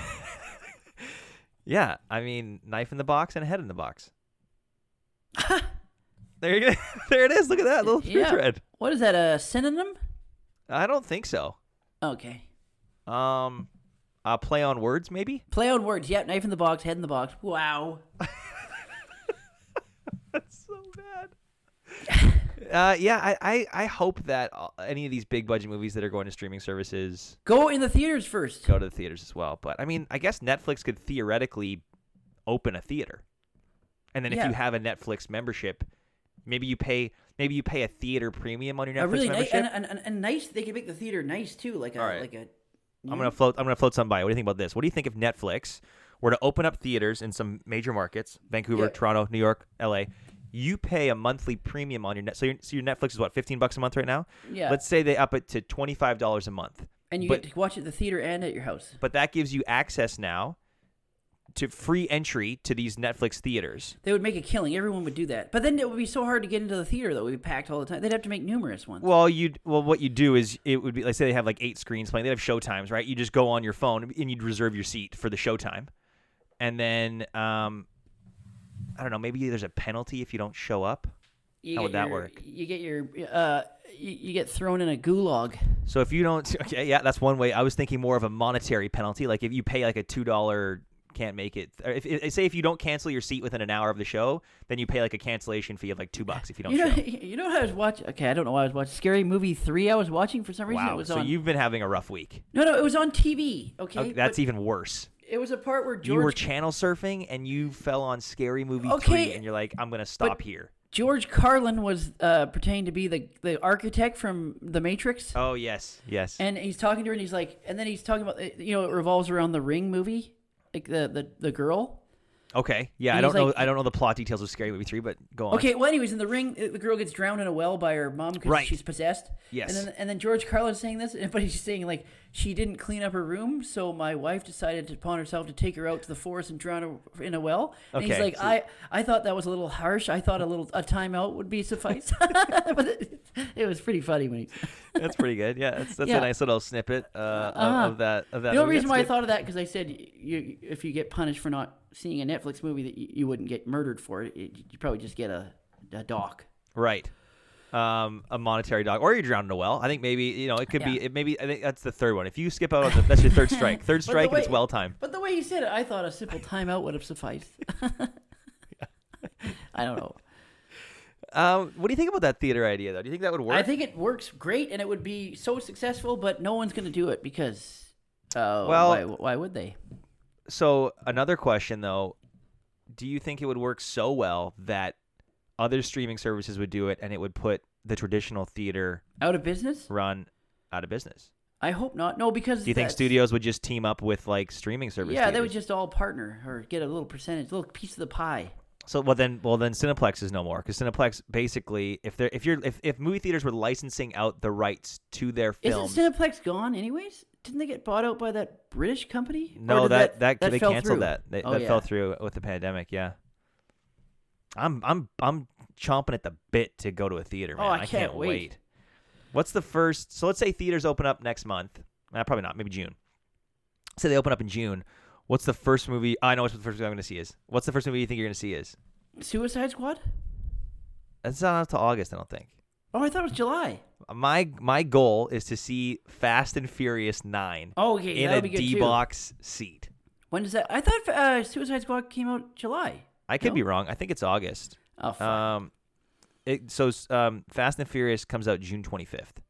A: yeah, I mean, knife in the box and a head in the box. there you go. there it is. Look at that little shoe
B: Yeah.
A: thread.
B: What is that? A synonym?
A: I don't think so.
B: Okay.
A: Um, uh, play on words, maybe.
B: Play on words. Yep. Knife in the box. Head in the box. Wow.
A: so bad. uh, yeah, I, I, I hope that uh, any of these big budget movies that are going to streaming services
B: Go in the theaters first.
A: go to the theaters as well. But I mean, I guess Netflix could theoretically open a theater, and then if
B: Yeah.
A: you have a Netflix membership, maybe you pay maybe you pay a theater premium on your Netflix
B: a really nice
A: membership.
B: and, uh, and, and, and nice. They can make the theater nice too. Like a
A: All right.
B: like a.
A: I'm gonna float. I'm gonna float something by. you. What do you think about this? What do you think if Netflix were to open up theaters in some major markets, Vancouver,
B: Yeah.
A: Toronto, New York, LA? You pay a monthly premium on your net. So your, so your Netflix is what, fifteen bucks a month right now?
B: Yeah.
A: Let's say they up it to twenty five dollars a month.
B: And you
A: but-
B: get to watch it at the theater and at your house.
A: but that gives you access now to free entry to these Netflix theaters.
B: They would make a killing. Everyone would do that. But then it would be so hard to get into the theater though. We'd be packed all the time. They'd have to make numerous ones.
A: Well, you well what you do is it would be like say they have like eight screens playing. They have showtimes, right? You just go on your phone and you'd reserve your seat for the showtime, and then um, I don't know, maybe there's a penalty if you don't show up.
B: You
A: How
B: get
A: would that
B: your-
A: work?
B: You get your uh, you, you get thrown in a gulag.
A: So if you don't, okay, yeah, that's one way. I was thinking more of a monetary penalty, like if you pay like a two dollar can't make it. Or if, if say if you don't cancel your seat within an hour of the show, then you pay like a cancellation fee of like two bucks if you don't
B: You know,
A: show.
B: you know what I was watching? Okay, I don't know why I was watching. Scary Movie three. I was watching for some reason. It
A: Wow.
B: was
A: So
B: on.
A: you've been having a rough week.
B: no, no, it was on TV. Okay,
A: Okay, that's
B: But
A: even worse.
B: it was a part where
A: You were
B: George
A: channel surfing and you fell on scary movie
B: Okay,
A: three, and you're like, I'm gonna stop here.
B: George Carlin was uh, pretending to be the the architect from The Matrix,
A: Oh yes, yes.
B: and he's talking to her, and he's like, and then he's talking about uh, you know it revolves around the Ring movie, like the the, the girl.
A: okay, yeah.
B: and
A: I
B: he's
A: don't know.
B: like-
A: I don't know the plot details of Scary Movie three, but go on.
B: Okay, well, anyways, in the ring, uh, the girl gets drowned in a well by her mom because
A: Right.
B: she's possessed.
A: Yes.
B: and then, and then George Carlin's saying this, but he's saying like she didn't clean up her room, so my wife decided upon herself to take her out to the forest and drown her in a well. And he's
A: Okay,
B: like,
A: so-
B: I I thought that was a little harsh. I thought a little a timeout would be suffice, but it, it was pretty funny when he.
A: that's pretty good. Yeah, that's, that's
B: Yeah. Uh-huh.
A: a nice little snippet uh, of- of, that. Of that.
B: The only
A: movie.
B: reason
A: That's
B: why I
A: good.
B: thought of that because I said you, if you get punished for not seeing a Netflix movie that you, you wouldn't get murdered for it, it you probably just get a, a doc.
A: Right. Um, a monetary dog, or you're drowned in a well. I think maybe you know it could be.
B: Yeah.
A: It maybe I think that's the third one. If you skip out on the, that's your third strike. Third
B: But the
A: strike, and it's
B: way-
A: well time.
B: But the way you said it, I thought a simple timeout would have sufficed. I don't know.
A: Um, what do you think about that theater idea though? Do you think that would work?
B: I think it works great, and it would be so successful. But no one's going to do it because, uh,
A: Well-
B: why, why would they?
A: so another question though, do you think it would work so well that other streaming services would do it and it would put the traditional theater
B: Out of business?
A: run out of business?
B: I hope not. No, because
A: Do you think
B: that's-
A: studios would just team up with like streaming services?
B: Yeah, they would just all partner or get a little percentage, a little piece of the pie.
A: So well then well then Cineplex is no more because Cineplex basically if they're if you're if, if movie theaters were licensing out the rights to their films
B: Isn't Cineplex gone anyways? Didn't they get bought out by that British company? Or
A: no
B: did
A: that that, they
B: fell
A: canceled
B: through?
A: that they,
B: Oh,
A: that
B: yeah.
A: fell through with the pandemic yeah I'm I'm I'm chomping at the bit to go to a theater
B: Oh,
A: man
B: I
A: can't,
B: can't
A: wait.
B: wait.
A: what's the first so let's say theaters open up next month Nah, probably not maybe June say they open up in June what's the first movie I know what's the first movie I'm gonna see is what's the first movie you think you're gonna see is
B: Suicide Squad?
A: that's not until August I don't think
B: Oh, I thought it was July.
A: my my goal is to see Fast and Furious Nine
B: Oh, okay,
A: in a
B: that would be good
A: D
B: too.
A: box seat.
B: When does that? I thought uh, Suicide Squad came out July.
A: I could
B: No?
A: be wrong. I think it's August.
B: Oh, fuck.
A: Um, it, so um, Fast and Furious comes out June twenty fifth.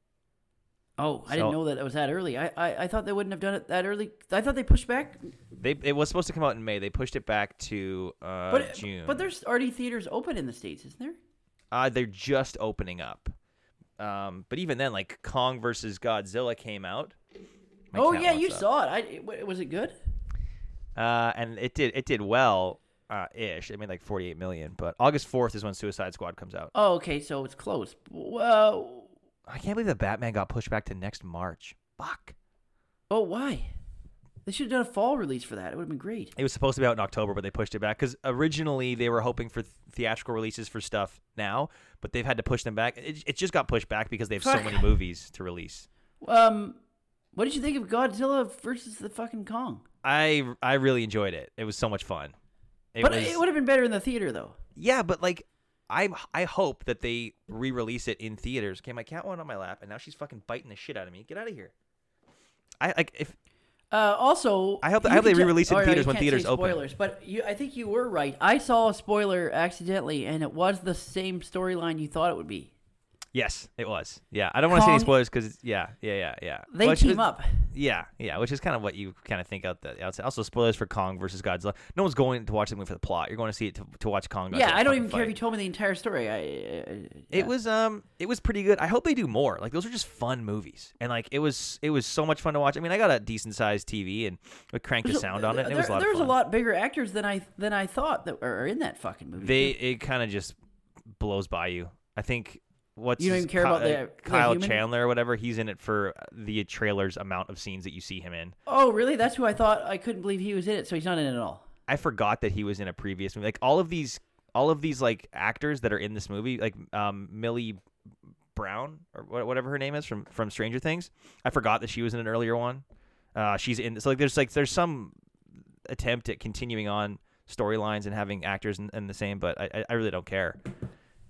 B: oh, I
A: so-
B: didn't know that it was that early. I, I I thought they wouldn't have done it that early. I thought they pushed back,
A: They it was supposed to come out in May. They pushed it back to uh,
B: but
A: June.
B: but there's already theaters open in the states, isn't there?
A: uh, they're just opening up. Um, but even then, like Kong versus Godzilla came out. My
B: oh
A: cat
B: yeah,
A: wants
B: you
A: up.
B: saw it. I it- wa- was it good?
A: Uh, and it did it did well, uh, ish. It made like forty eight million. But August fourth is when Suicide Squad comes out.
B: Oh, okay, so it's close. Well,
A: I can't believe the Batman got pushed back to next March. Fuck.
B: oh why? They should have done a fall release for that. It would have been great.
A: It was supposed to be out in October, but they pushed it back because originally they were hoping for th- theatrical releases for stuff now, but they've had to push them back. It, it just got pushed back because they have so
B: Fuck.
A: many movies to release.
B: Um, what did you think of Godzilla versus the fucking Kong?
A: I I really enjoyed it. It was so much fun. It
B: but uh,
A: was,
B: it would have been better in the theater though.
A: yeah, but like I I hope that they re-release it in theaters. Okay, my cat went on my lap, and now she's fucking biting the shit out of me. Get out of here. I like if
B: Uh, also,
A: I hope- I
B: you
A: hope
B: can
A: they
B: tell-
A: re-release it in
B: All right,
A: theaters
B: you
A: when
B: can't
A: theaters
B: say
A: open.
B: Spoilers, but you, I think you were right. I saw a spoiler accidentally, and it was the same storyline you thought it would be.
A: yes, it was. Yeah, I don't want to say any
B: Kong-
A: spoilers because yeah, yeah, yeah, yeah.
B: They
A: Which
B: team
A: was-
B: up.
A: Yeah, yeah, which is kind of what you kind of think out the outside. Also, spoilers for Kong versus Godzilla. No one's going to watch the movie for the plot. You're going to see it to, to watch Kong.
B: Yeah,
A: Godzilla
B: I don't
A: fucking
B: even care if
A: fight.
B: you told me the entire story. I, I, I- yeah.
A: It was um, it was pretty good. I hope they do more. Like those are just fun movies, and like it was, it was so much fun to watch. I mean, I got a decent sized TV and would crank the sound on it. And it
B: there,
A: was a lot.
B: There's
A: of fun.
B: a lot bigger actors than I than I thought that are in that fucking movie.
A: They
B: too.
A: it kind of just blows by you. I think what's
B: You don't
A: his-
B: even care
A: Ky-
B: about
A: uh,
B: the- the
A: Kyle
B: human?
A: Chandler or whatever. He's in it for the trailer's amount of scenes that you see him in.
B: oh really? That's who I thought. I couldn't believe he was in it. So he's not in it at all.
A: I forgot that he was in a previous movie. Like all of these, all of these like actors that are in this movie, like um, Millie Brown or wha- whatever her name is from from Stranger Things. I forgot that she was in an earlier one. Uh, she's in. So like, there's like there's some attempt at continuing on storylines and having actors in, in the same, but I, I- I really don't care.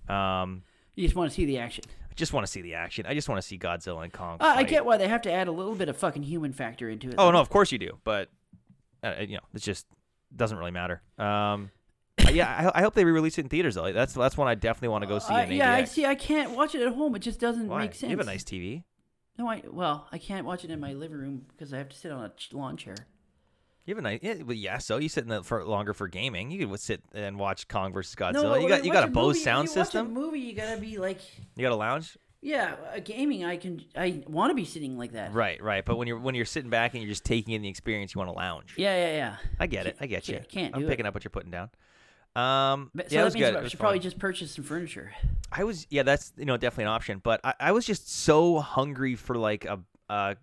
A: Um,
B: You just want to see the action.
A: I just want to see the action. I just want to see Godzilla and Kong.
B: Uh, I
A: fight.
B: get why they have to add a little bit of fucking human factor into it.
A: Oh no, of course you do, but uh, you know, it just doesn't really matter. Um, yeah, I, I hope they re-release it in theaters though. Like, That's that's one I definitely want to go see.
B: I-
A: in
B: Uh, yeah, I
A: AVX.
B: see. I can't watch it at home. It just doesn't
A: Why?
B: make sense.
A: You have a nice TV.
B: No, I well, I can't watch it in my living room because I have to sit on a ch- lawn chair.
A: You have a nice. Yeah, well, yeah so you sit in the for longer for gaming. You could sit and watch Kong versus Godzilla.
B: No,
A: you
B: when
A: got you
B: watch
A: got a
B: a
A: Bose
B: movie-
A: sound
B: you
A: system.
B: Watch a movie, you gotta be like,
A: You got a lounge.
B: yeah, uh, gaming. I can, I want to be sitting like that.
A: Right, right. But when you're when you're sitting back and you're just taking in the experience, you want to lounge.
B: Yeah, yeah, yeah.
A: I get it.
B: Can't-
A: I get you.
B: can't- can't
A: I'm
B: do it.
A: picking up what you're putting down. Um,
B: But, so
A: yeah, it
B: that
A: was
B: means
A: good.
B: I
A: It was
B: should probably
A: fun.
B: just purchase some furniture.
A: I was yeah, that's you know definitely an option, but I, I was just so hungry for like a, a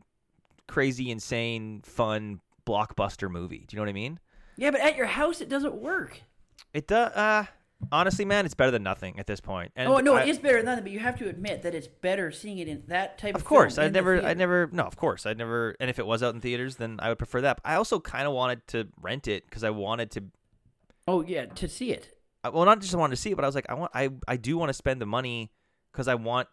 A: crazy, insane, fun blockbuster movie. Do you know what I mean?
B: Yeah, but at your house it doesn't work.
A: It does. Uh, honestly, man, it's better than nothing at this point. And
B: oh no,
A: I-
B: it is better than nothing. But you have to admit that it's better seeing it in that type of.
A: Of course,
B: film
A: I
B: in the
A: never, I
B: theater.
A: never, no, of course, I never. And if it was out in theaters, then I would prefer that. But I also kind of wanted to rent it because I wanted to
B: Oh yeah, to see it.
A: I- well not just wanted to see it but i was like i want i i do want to spend the money because i want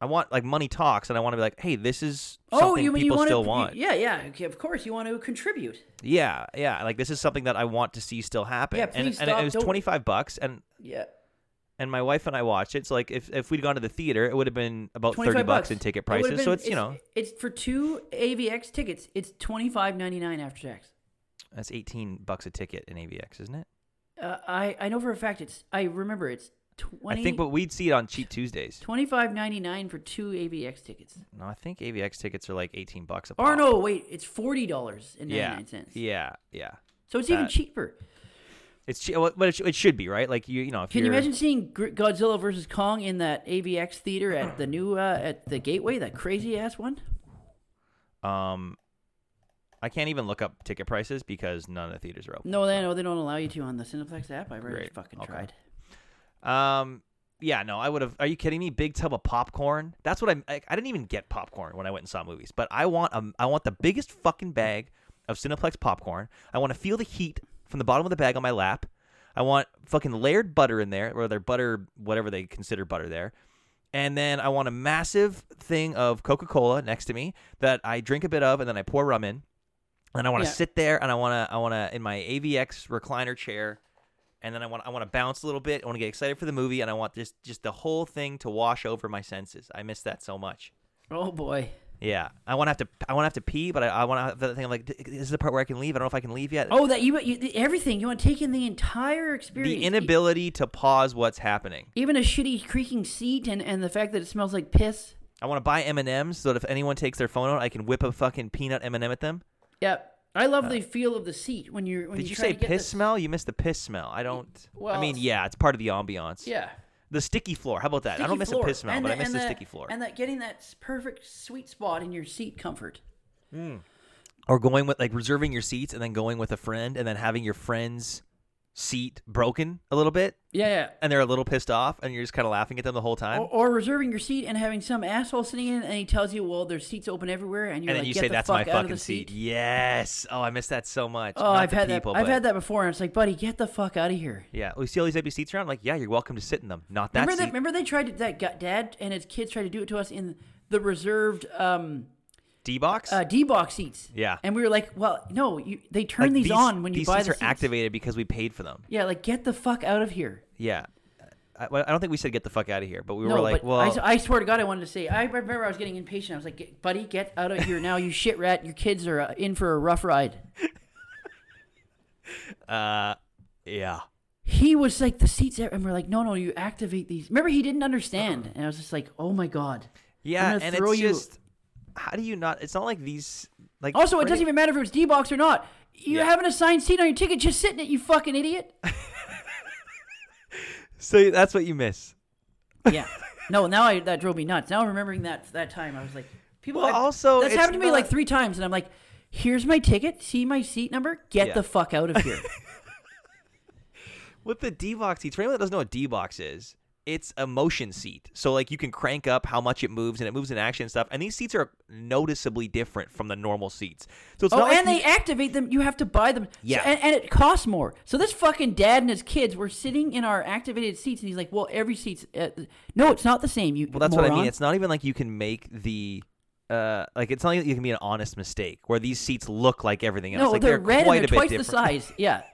A: i want like money talks and i want to be like hey this is something
B: oh, you mean
A: people
B: you want
A: still
B: to?
A: want
B: Yeah, yeah. okay, Of course, you want to contribute.
A: yeah yeah like this is something that i want to see still happen
B: Yeah,
A: and,
B: please
A: and it
B: stop,
A: was
B: don't-
A: 25 bucks and
B: Yeah.
A: and my wife and i watched it so like if, if we'd gone to the theater it would have been about 30
B: 25
A: bucks,
B: bucks
A: in ticket
B: It would've
A: prices so
B: been-
A: it's, you know
B: it's for two AVX tickets. It's twenty five ninety nine after tax.
A: that's 18 bucks a ticket in avx isn't it
B: Uh, I I know for a fact it's. I remember it's twenty.
A: i think but we'd see it on cheap tuesdays
B: twenty five ninety nine for two AVX tickets.
A: no i think avx tickets are like 18 bucks a
B: Or
A: pop.
B: no, wait, it's forty dollars and ninety
A: yeah
B: nine cents.
A: yeah yeah
B: So it's even
A: that-
B: cheaper.
A: it's che- well, but it, sh- it should be right like you you know if
B: Can you
A: you're-
B: imagine seeing Gr- Godzilla versus Kong in that AVX theater at the new uh, at the Gateway, that crazy ass one?
A: Um, I can't even look up ticket prices because none of the theaters are open.
B: No, they no, they don't allow you to on the Cineplex app. I've already
A: Great.
B: fucking
A: Okay.
B: tried.
A: Um, yeah, no, I would have. Are you kidding me? Big tub of popcorn. That's what I'm. I, I didn't even get popcorn when I went and saw movies, but I want um, I want the biggest fucking bag of Cineplex popcorn. I want to feel the heat from the bottom of the bag on my lap. I want fucking layered butter in there, or their butter, whatever they consider butter there. And then I want a massive thing of Coca Cola next to me that I drink a bit of, and then I pour rum in. And I want to
B: Yeah.
A: sit there, and I want to, I want to, in my AVX recliner chair, and then I want I want to bounce a little bit. I want to get excited for the movie, and I want this just the whole thing to wash over my senses. I miss that so much.
B: Oh boy.
A: Yeah, I want to have to I want to have to pee, but I, I want to have that thing. I'm like, "D- this is the part where I can leave. I don't know if I can leave yet.
B: Oh, that you, you everything you want to take in the entire experience.
A: the
B: E-
A: inability to pause what's happening.
B: even a shitty creaking seat and, and the fact that it smells like piss.
A: I want to buy M and M's so that if anyone takes their phone out, I can whip a fucking peanut M and M at them. Yep.
B: I love the feel of the seat when you're
A: Uh,
B: when
A: Did
B: you
A: you
B: try
A: say
B: to get
A: piss
B: the-
A: smell? You missed the piss smell. I don't. I
B: Well-
A: mean, yeah, it's part of the ambiance.
B: Yeah.
A: The sticky floor. How about that? I
B: Sticky
A: don't miss
B: floor.
A: a piss smell,
B: And
A: but I
B: the-
A: miss
B: and
A: the, sticky floor.
B: And that getting that s- perfect sweet spot in your seat comfort.
A: or going with like reserving your seats and then going with a friend and then having your friend's seat broken a little bit
B: Yeah, yeah.
A: and they're a little pissed off and you're just kind of laughing at them the whole time
B: Or, or reserving your seat and having some asshole sitting in, it and he tells you, "Well, there's seats open everywhere," and you're
A: and
B: like,
A: then you
B: "Get
A: say
B: the
A: that's
B: fuck
A: my
B: out of
A: fucking
B: the seat."
A: seat yes oh i miss that so much
B: Oh,
A: Not
B: I've
A: the
B: had
A: people,
B: that. I've
A: but-
B: had that before, and it's like, buddy, get the fuck out of here.
A: yeah we see all these empty seats around like yeah you're welcome to sit in them not that
B: remember
A: seat
B: that? Remember they tried to, that got dad and his kids tried to do it to us in the reserved um,
A: d-box
B: uh, D box seats.
A: Yeah.
B: and we were like, well, no, you, they turn
A: Like,
B: these, on when you
A: these
B: buy
A: seats
B: the
A: are
B: seats.
A: activated because we paid for them
B: Yeah, like get the fuck out of here.
A: yeah I, I don't think we said get the fuck out of here but we
B: No,
A: were like
B: but
A: well
B: I, s- I swear to God, I wanted to say. I remember I was getting impatient. I was like, "Get- buddy, get out of here now, you shit rat. Your kids are uh, in for a rough ride.
A: uh yeah
B: he was like the seats are- and we're like no no you activate these remember he didn't understand and i was just like oh my god
A: yeah
B: gonna
A: and
B: throw
A: it's
B: you-
A: just how do you not it's not like these like
B: also it
A: pretty-
B: doesn't even matter if it was d-box or not you
A: Yeah.
B: have an assigned seat on your ticket just sit in it you fucking idiot
A: so that's what you miss
B: yeah no now I, that drove me nuts now i'm remembering that that time i was like people
A: Well,
B: I-
A: also,
B: that's
A: it's
B: happened to me like
A: not-
B: three times and i'm like here's my ticket see my seat number get
A: Yeah.
B: the fuck out of here
A: With the D box seats, for anyone that doesn't know what D box is, it's a motion seat. So like you can crank up how much it moves and it moves in action and stuff. And these seats are noticeably different from the normal seats. So it's
B: Oh,
A: not like
B: and
A: you-
B: they activate them. You have to buy them. So-
A: Yeah.
B: and, and it costs more. So this fucking dad and his kids were sitting in our activated seats, and he's like, "Well, every seat's uh, no, it's not the same." You
A: Well, that's what I mean.
B: moron."
A: It's not even like you can make the uh, like it's not like you can be an honest mistake where these seats look like everything else.
B: no,
A: like
B: they're, red
A: quite
B: and
A: a
B: they're twice
A: bit
B: the
A: different.
B: size. Yeah,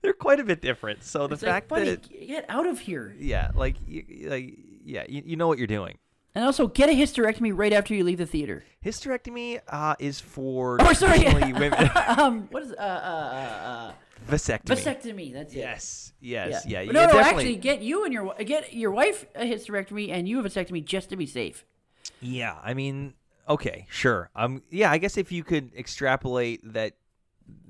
A: They're quite a bit different. So the
B: it's like,
A: fact
B: buddy,
A: that
B: get out of here.
A: yeah, like you, you- like yeah, you, you know what you're doing.
B: And also, get a hysterectomy right after you leave the theater.
A: Hysterectomy uh, is for
B: Oh, sorry.
A: traditionally women.
B: um, what is uh, uh, uh,
A: vasectomy.
B: uh, vasectomy? That's it.
A: Yes, yes, yeah.
B: But
A: you
B: No, no,
A: definitely,
B: actually, get you and your wi- get your wife a hysterectomy and you a vasectomy just to be safe.
A: Yeah, I mean, okay, sure. Um, yeah, I guess if you could extrapolate that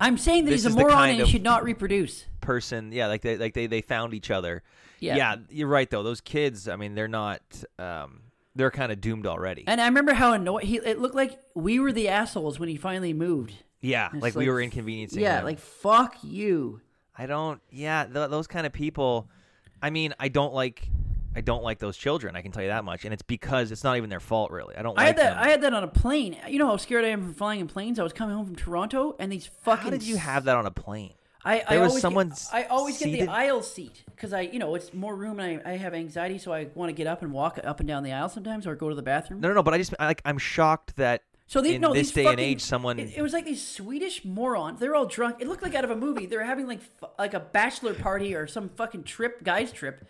B: I'm saying that
A: This
B: he's
A: is
B: a
A: the
B: moron
A: kind
B: and he
A: of-
B: should not reproduce.
A: person, yeah, like they like they they found each other.
B: Yeah.
A: yeah, you're right though. Those kids, I mean, they're not. Um, they're kind of doomed already.
B: And I remember how annoyed he. It looked like we were the assholes when he finally moved.
A: yeah, like, we
B: like-
A: were inconveniencing.
B: yeah,
A: them.
B: like fuck you.
A: I don't. Yeah, th- those kind of people. I mean, I don't like. I don't like those children. I can tell you that much, and it's because it's not even their fault, really. I don't.
B: I
A: like um,
B: had that.
A: them.
B: I had that on a plane. You know how scared I am from flying in planes. I was coming home from Toronto, and these fucking.
A: How did you have that on a plane?
B: I, I
A: There was
B: always
A: someone
B: Get, I always get
A: seated-
B: the aisle seat because I, you know, it's more room, and I, I have anxiety, so I want to get up and walk up and down the aisle sometimes, or go to the bathroom.
A: No, no, no. But I just I, like I'm shocked that
B: So these,
A: in
B: no,
A: this
B: these
A: day and
B: fucking-
A: age, someone
B: It, it was like these Swedish morons. They're all drunk. It looked like out of a movie. They were having like f- like a bachelor party or some fucking trip, guys trip,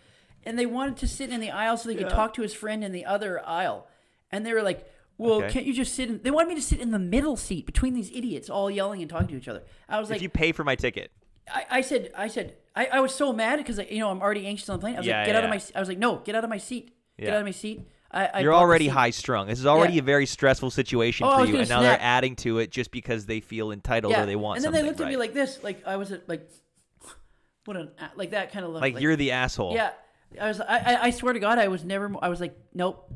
B: and they wanted to sit in the aisle so they could talk to his friend in the other aisle. And they were like, "Well,
A: Okay.
B: can't you just sit?" in They wanted me to sit in the middle seat between these idiots, all yelling and talking to each other. I was
A: if
B: like,
A: you pay for my ticket.
B: I, "I said, I said, I, I was so mad because you know I'm already anxious on the plane. I was
A: Yeah,
B: like, get
A: yeah,
B: out of my,
A: yeah.
B: se- I was like, no, get out of my seat, get
A: Yeah.
B: out of my seat. I, I
A: You're
B: bought the
A: already
B: seat.
A: high strung. This is already
B: Yeah.
A: a very stressful situation
B: Oh, I
A: for
B: was
A: you,
B: gonna
A: and now they're
B: snap.
A: adding to it just because they feel entitled or they want
B: And then
A: something.
B: they looked at me
A: right?
B: like this, like I was a, like, what an a- like that kind of look.
A: like, you're the asshole.
B: yeah. I was I, I I swear to God I was never mo- I was like nope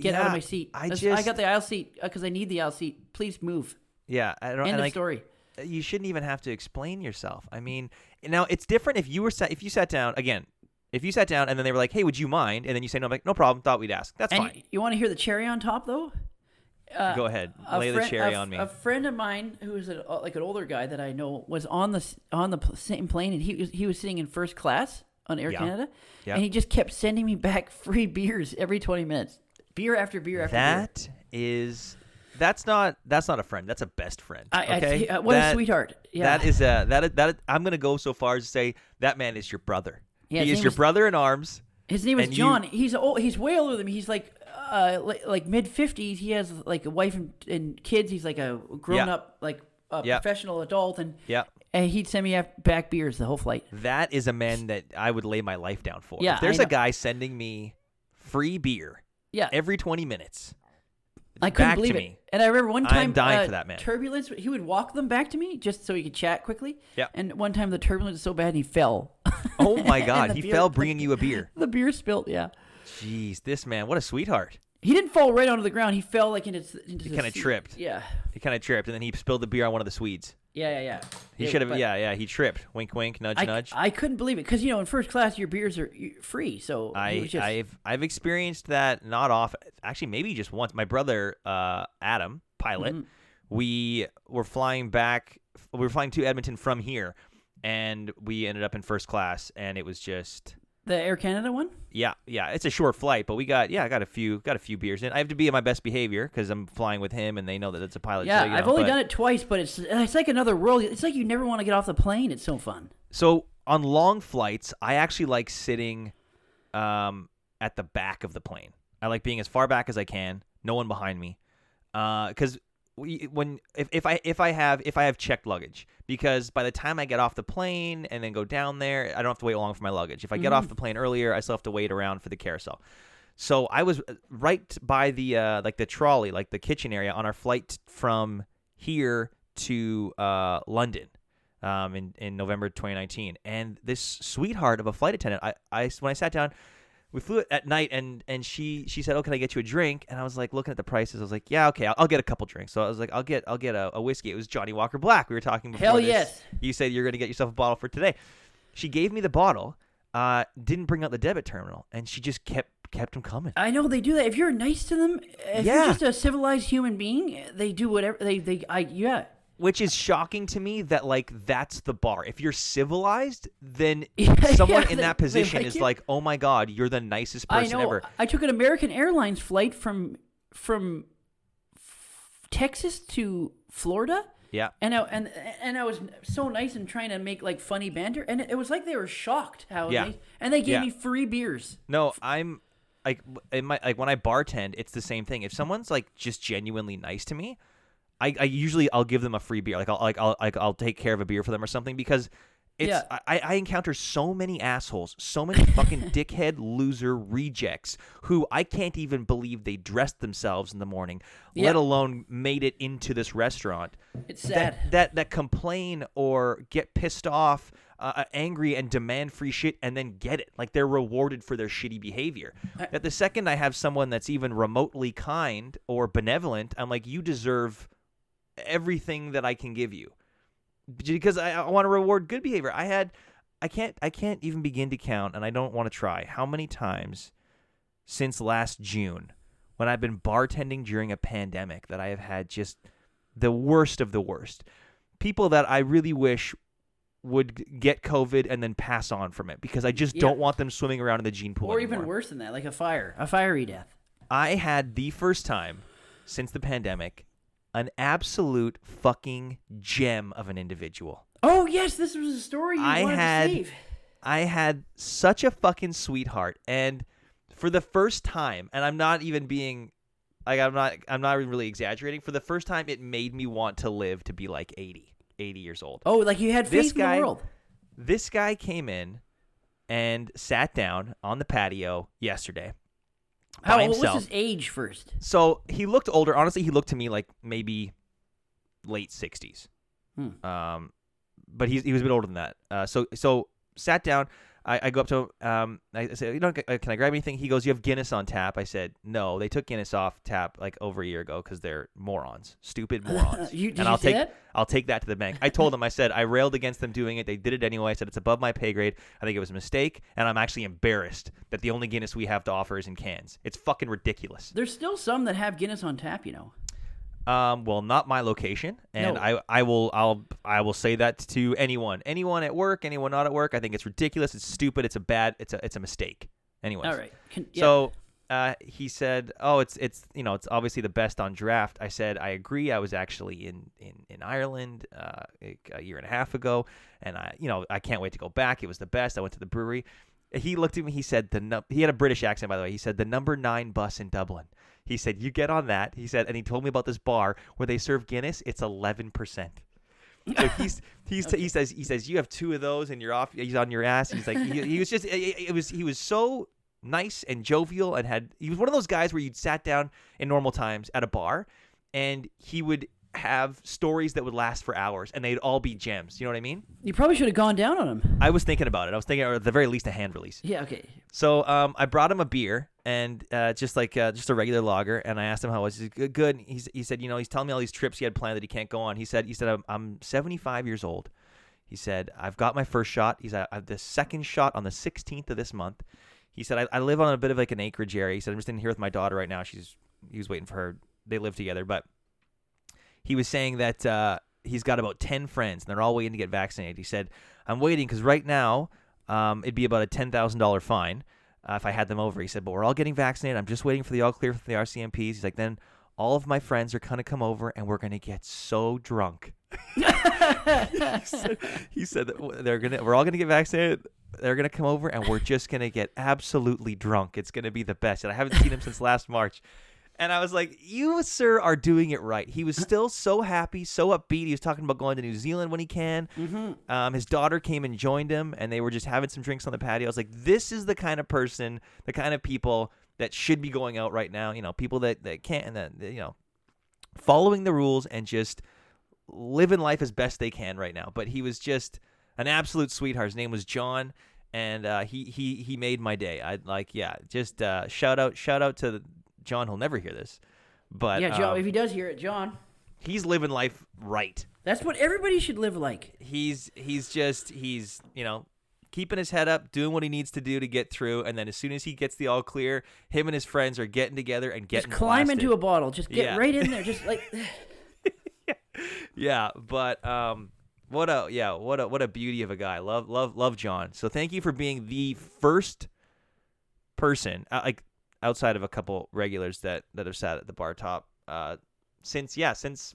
B: get out
A: Yeah,
B: of my seat
A: I
B: That's- I
A: just-
B: got the aisle seat because I need the aisle seat please move
A: yeah. I don't.
B: end
A: and
B: of
A: like,
B: story
A: you shouldn't even have to explain yourself. I mean, now it's different if you were sat, if you sat down again. If you sat down and then they were like, "Hey, would you mind?" and then you say, "No," I'm like, "No problem. Thought we'd ask. That's
B: and
A: fine.
B: you, want to hear the cherry on top though
A: Go ahead,
B: uh, A
A: lay the
B: friend-
A: cherry
B: a f-
A: on me."
B: a friend of mine who is a, like an older guy that I know was on the s- on the pl- same plane and he was he was sitting in first class on Air
A: Yeah.
B: Canada
A: Yeah.
B: and he just kept sending me back free beers every twenty minutes beer after beer after beer.
A: That is, that's not that's not a friend. That's a best friend.
B: I,
A: okay,
B: I, uh, what
A: That-
B: a sweetheart. Yeah.
A: That is a that is- that is- I'm gonna go so far as to say that man is your brother.
B: Yeah,
A: he
B: his
A: is
B: name
A: your
B: is-
A: brother in arms.
B: His name is
A: and you-
B: John. he's old, he's way older than me. He's like uh li- like mid 50s. He has like a wife and, and kids. He's like a grown up like a
A: Yeah.
B: professional adult and
A: Yeah.
B: and he'd send me af- back beers the whole flight.
A: That is a man that I would lay my life down for.
B: Yeah,
A: if there's
B: I
A: a
B: know.
A: guy sending me free beer
B: Yeah.
A: every 20 minutes,
B: I couldn't
A: back to
B: believe it.
A: me.
B: And I remember one
A: I am
B: time
A: dying
B: uh,
A: for that man.
B: Turbulence he would walk them back to me just so he could chat quickly.
A: Yeah.
B: And one time the turbulence was so bad he fell.
A: oh my
B: And
A: god,
B: the
A: he
B: beer-
A: fell bringing you a beer.
B: The beer spilled, yeah.
A: Jeez, this man, what a sweetheart.
B: He didn't fall right onto the ground. He fell like into, into the
A: kinda
B: seat.
A: tripped.
B: Yeah.
A: He kind of tripped, and then he spilled the beer on one of the Swedes.
B: Yeah, yeah, yeah.
A: He
B: Yeah,
A: should have,
B: but-
A: yeah, yeah, he tripped. Wink, wink, nudge,
B: I,
A: nudge.
B: I couldn't believe it because you know in first class your beers are y- free, so it
A: I,
B: was just-
A: I've I've experienced that not often. Actually, maybe just once. My brother, uh, Adam, pilot,
B: Mm-hmm.
A: we were flying back. We were flying to Edmonton from here, and we ended up in first class. And it was just,
B: the Air Canada one.
A: yeah, yeah. It's a short flight, but we got, yeah, I got a few, got a few beers in. I have to be in my best behavior because I'm flying with him, and they know that it's a pilot.
B: Yeah,
A: so, you
B: I've
A: know,
B: only
A: but-
B: done it twice, but it's it's like another world. It's like you never want to get off the plane. It's so fun.
A: So on long flights, I actually like sitting um, at the back of the plane. I like being as far back as I can, no one behind me, because when if, if I if I have if I have checked luggage, because by the time I get off the plane and then go down there, I don't have to wait long for my luggage. If I get off the plane earlier, I still have to wait around for the carousel. So I was uh, right by the uh, like the trolley, like the kitchen area, on our flight from here to uh, London um, in in November 2019. And this sweetheart of a flight attendant, I, I when I sat down, we flew it at night, and and she she said, "Oh, can I get you a drink?" And I was like looking at the prices, I was like, "Yeah, okay, I'll, I'll get a couple drinks." So I was like, "I'll get I'll get a, a whiskey." It was Johnny Walker Black. We were talking before.
B: Hell
A: this.
B: yes.
A: You said you're gonna get yourself a bottle for today. She gave me the bottle. uh, didn't bring out the debit terminal, and she just kept kept him coming.
B: I know they do that. If you're nice to them, if
A: Yeah.
B: you're just a civilized human being, they do whatever they they. I yeah.
A: Which is shocking to me that like that's the bar. If you're civilized, then
B: Yeah,
A: someone
B: yeah,
A: in
B: they-
A: that
B: they
A: position
B: like
A: is
B: you.
A: like, "Oh my god, you're the nicest
B: I
A: person
B: know.
A: ever."
B: I took an American Airlines flight from from f- Texas to Florida.
A: Yeah.
B: And I and and I was so nice and trying to make like funny banter, and it, it was like they were shocked how
A: Yeah.
B: nice. And they gave
A: Yeah.
B: me free beers.
A: No, I'm like in my like when I bartend, it's the same thing. If someone's like just genuinely nice to me, I, I usually I'll give them a free beer. Like I'll like I'll like I'll take care of a beer for them or something because it's
B: Yeah.
A: I, I encounter so many assholes, so many fucking dickhead loser rejects who I can't even believe they dressed themselves in the morning,
B: Yeah.
A: let alone made it into this restaurant
B: It's sad.
A: that that that complain or get pissed off, uh, angry, and demand free shit, and then get it. Like they're rewarded for their shitty behavior. That the second I have someone that's even remotely kind or benevolent, I'm like, you deserve everything that I can give you, because I, I want to reward good behavior. I had, I can't, I can't even begin to count, and I don't want to try how many times since last June when I've been bartending during a pandemic that I have had just the worst of the worst. People that I really wish would g- get COVID and then pass on from it because I just
B: Yeah.
A: don't want them swimming around in the gene pool.
B: or even
A: anymore.
B: worse than that, like a fire, a fiery death.
A: I had the first time since the pandemic an absolute fucking gem of an individual.
B: Oh yes, this was a story you
A: I
B: wanted
A: had-
B: to save.
A: I had such a fucking sweetheart and for the first time and I'm not even being like I'm not I'm not even really exaggerating for the first time it made me want to live to be like 80 80 years old.
B: Oh, like you had
A: This
B: faith in
A: guy-
B: the world.
A: This guy came in and sat down on the patio yesterday. by
B: How what was
A: himself.
B: his age first?
A: So he looked older. Honestly, he looked to me like maybe late sixties.
B: Hmm.
A: Um, but he he was a bit older than that. Uh, so so sat down. I, I go up to him. Um, I say, you know, can I grab anything? He goes, you have Guinness on tap. I said, no, they took Guinness off tap like over a year ago because they're morons, stupid morons.
B: You- did
A: and
B: you
A: I'll
B: say
A: take
B: that?
A: I'll take that to the bank. I told them. I said I railed against them doing it. They did it anyway. I said it's above my pay grade. I think it was a mistake, and I'm actually embarrassed that the only Guinness we have to offer is in cans. It's fucking ridiculous.
B: There's still some that have Guinness on tap, you know.
A: Um, well, not my location, and
B: No.
A: I, I will, I'll, I will say that to anyone, anyone at work, anyone not at work. I think it's ridiculous. It's stupid. It's a bad. It's a, it's a mistake. Anyways,
B: All right. Can, yeah.
A: So, uh, he said, "Oh, it's, it's, you know, it's obviously the best on draft." I said, "I agree. I was actually in, in, in Ireland uh, like a year and a half ago, and I, you know, I can't wait to go back. It was the best. I went to the brewery." He looked at me. He said, "The num-, he had a British accent, by the way. He said, "The number nine bus in Dublin." He said, "You get on that." He said, and he told me about this bar where they serve Guinness. It's eleven percent. So he's he's he says he says you have two of those and you're off. He's on your ass. He's like he, he was just it, it- it was he was so nice and jovial and had he was one of those guys where you'd sat down in normal times at a bar and he would have stories that would last for hours and they'd all be gems. You know what I mean?
B: you probably should have gone down on him.
A: I was thinking about it. I was thinking, or at the very least, a hand release.
B: Yeah. Okay.
A: So um, I brought him a beer and uh, just like uh, just a regular lager, and I asked him how it was. He said, "Good." good." And He's, he said, "You know, he's telling me all these trips he had planned that he can't go on." He said, "He said I'm, I'm 75 years old." He said, "I've got my first shot." He's I have the second shot on the 16th of this month. He said, I, "I live on a bit of like an acreage area." He said, "I'm just in here with my daughter right now. She's he was waiting for her. They live together, but." he was saying that uh, he's got about 10 friends and they're all waiting to get vaccinated. He said, I'm waiting because right now um, it'd be about a $10,000 fine uh, if I had them over. He said, but we're all getting vaccinated. I'm just waiting for the all clear from the RCMPs. He's like, then all of my friends are going to come over and we're going to get so drunk. he, said, he said that w- they're gonna, we're all gonna get vaccinated. They're gonna come over and we're just gonna get absolutely drunk. It's gonna be the best. And I haven't seen him since last March. And I was like, "You, sir, are doing it right." He was still so happy, so upbeat. He was talking about going to New Zealand when he can. Um, his daughter came and joined him, and they were just having some drinks on the patio. I was like, "This is the kind of person, the kind of people that should be going out right now." You know, people that that can't, and that that, you know, following the rules and just living life as best they can right now. But he was just an absolute sweetheart. His name was John, and uh, he he he made my day. I like yeah, just uh, shout out shout out to John. He'll never hear this, but
B: Yeah, John.
A: um,
B: if he does hear it, John,
A: he's living life right.
B: that's what everybody should live like.
A: He's he's just he's you know keeping his head up, doing what he needs to do to get through, and then as soon as he gets the all clear, him and his friends are getting together and getting
B: Climb
A: blasted.
B: into a bottle. Just get
A: Yeah.
B: right in there. Just like
A: yeah, but um, what a yeah, what a what a beauty of a guy. Love love love John. So thank you for being the first person uh, like outside of a couple regulars that that have sat at the bar top uh since yeah since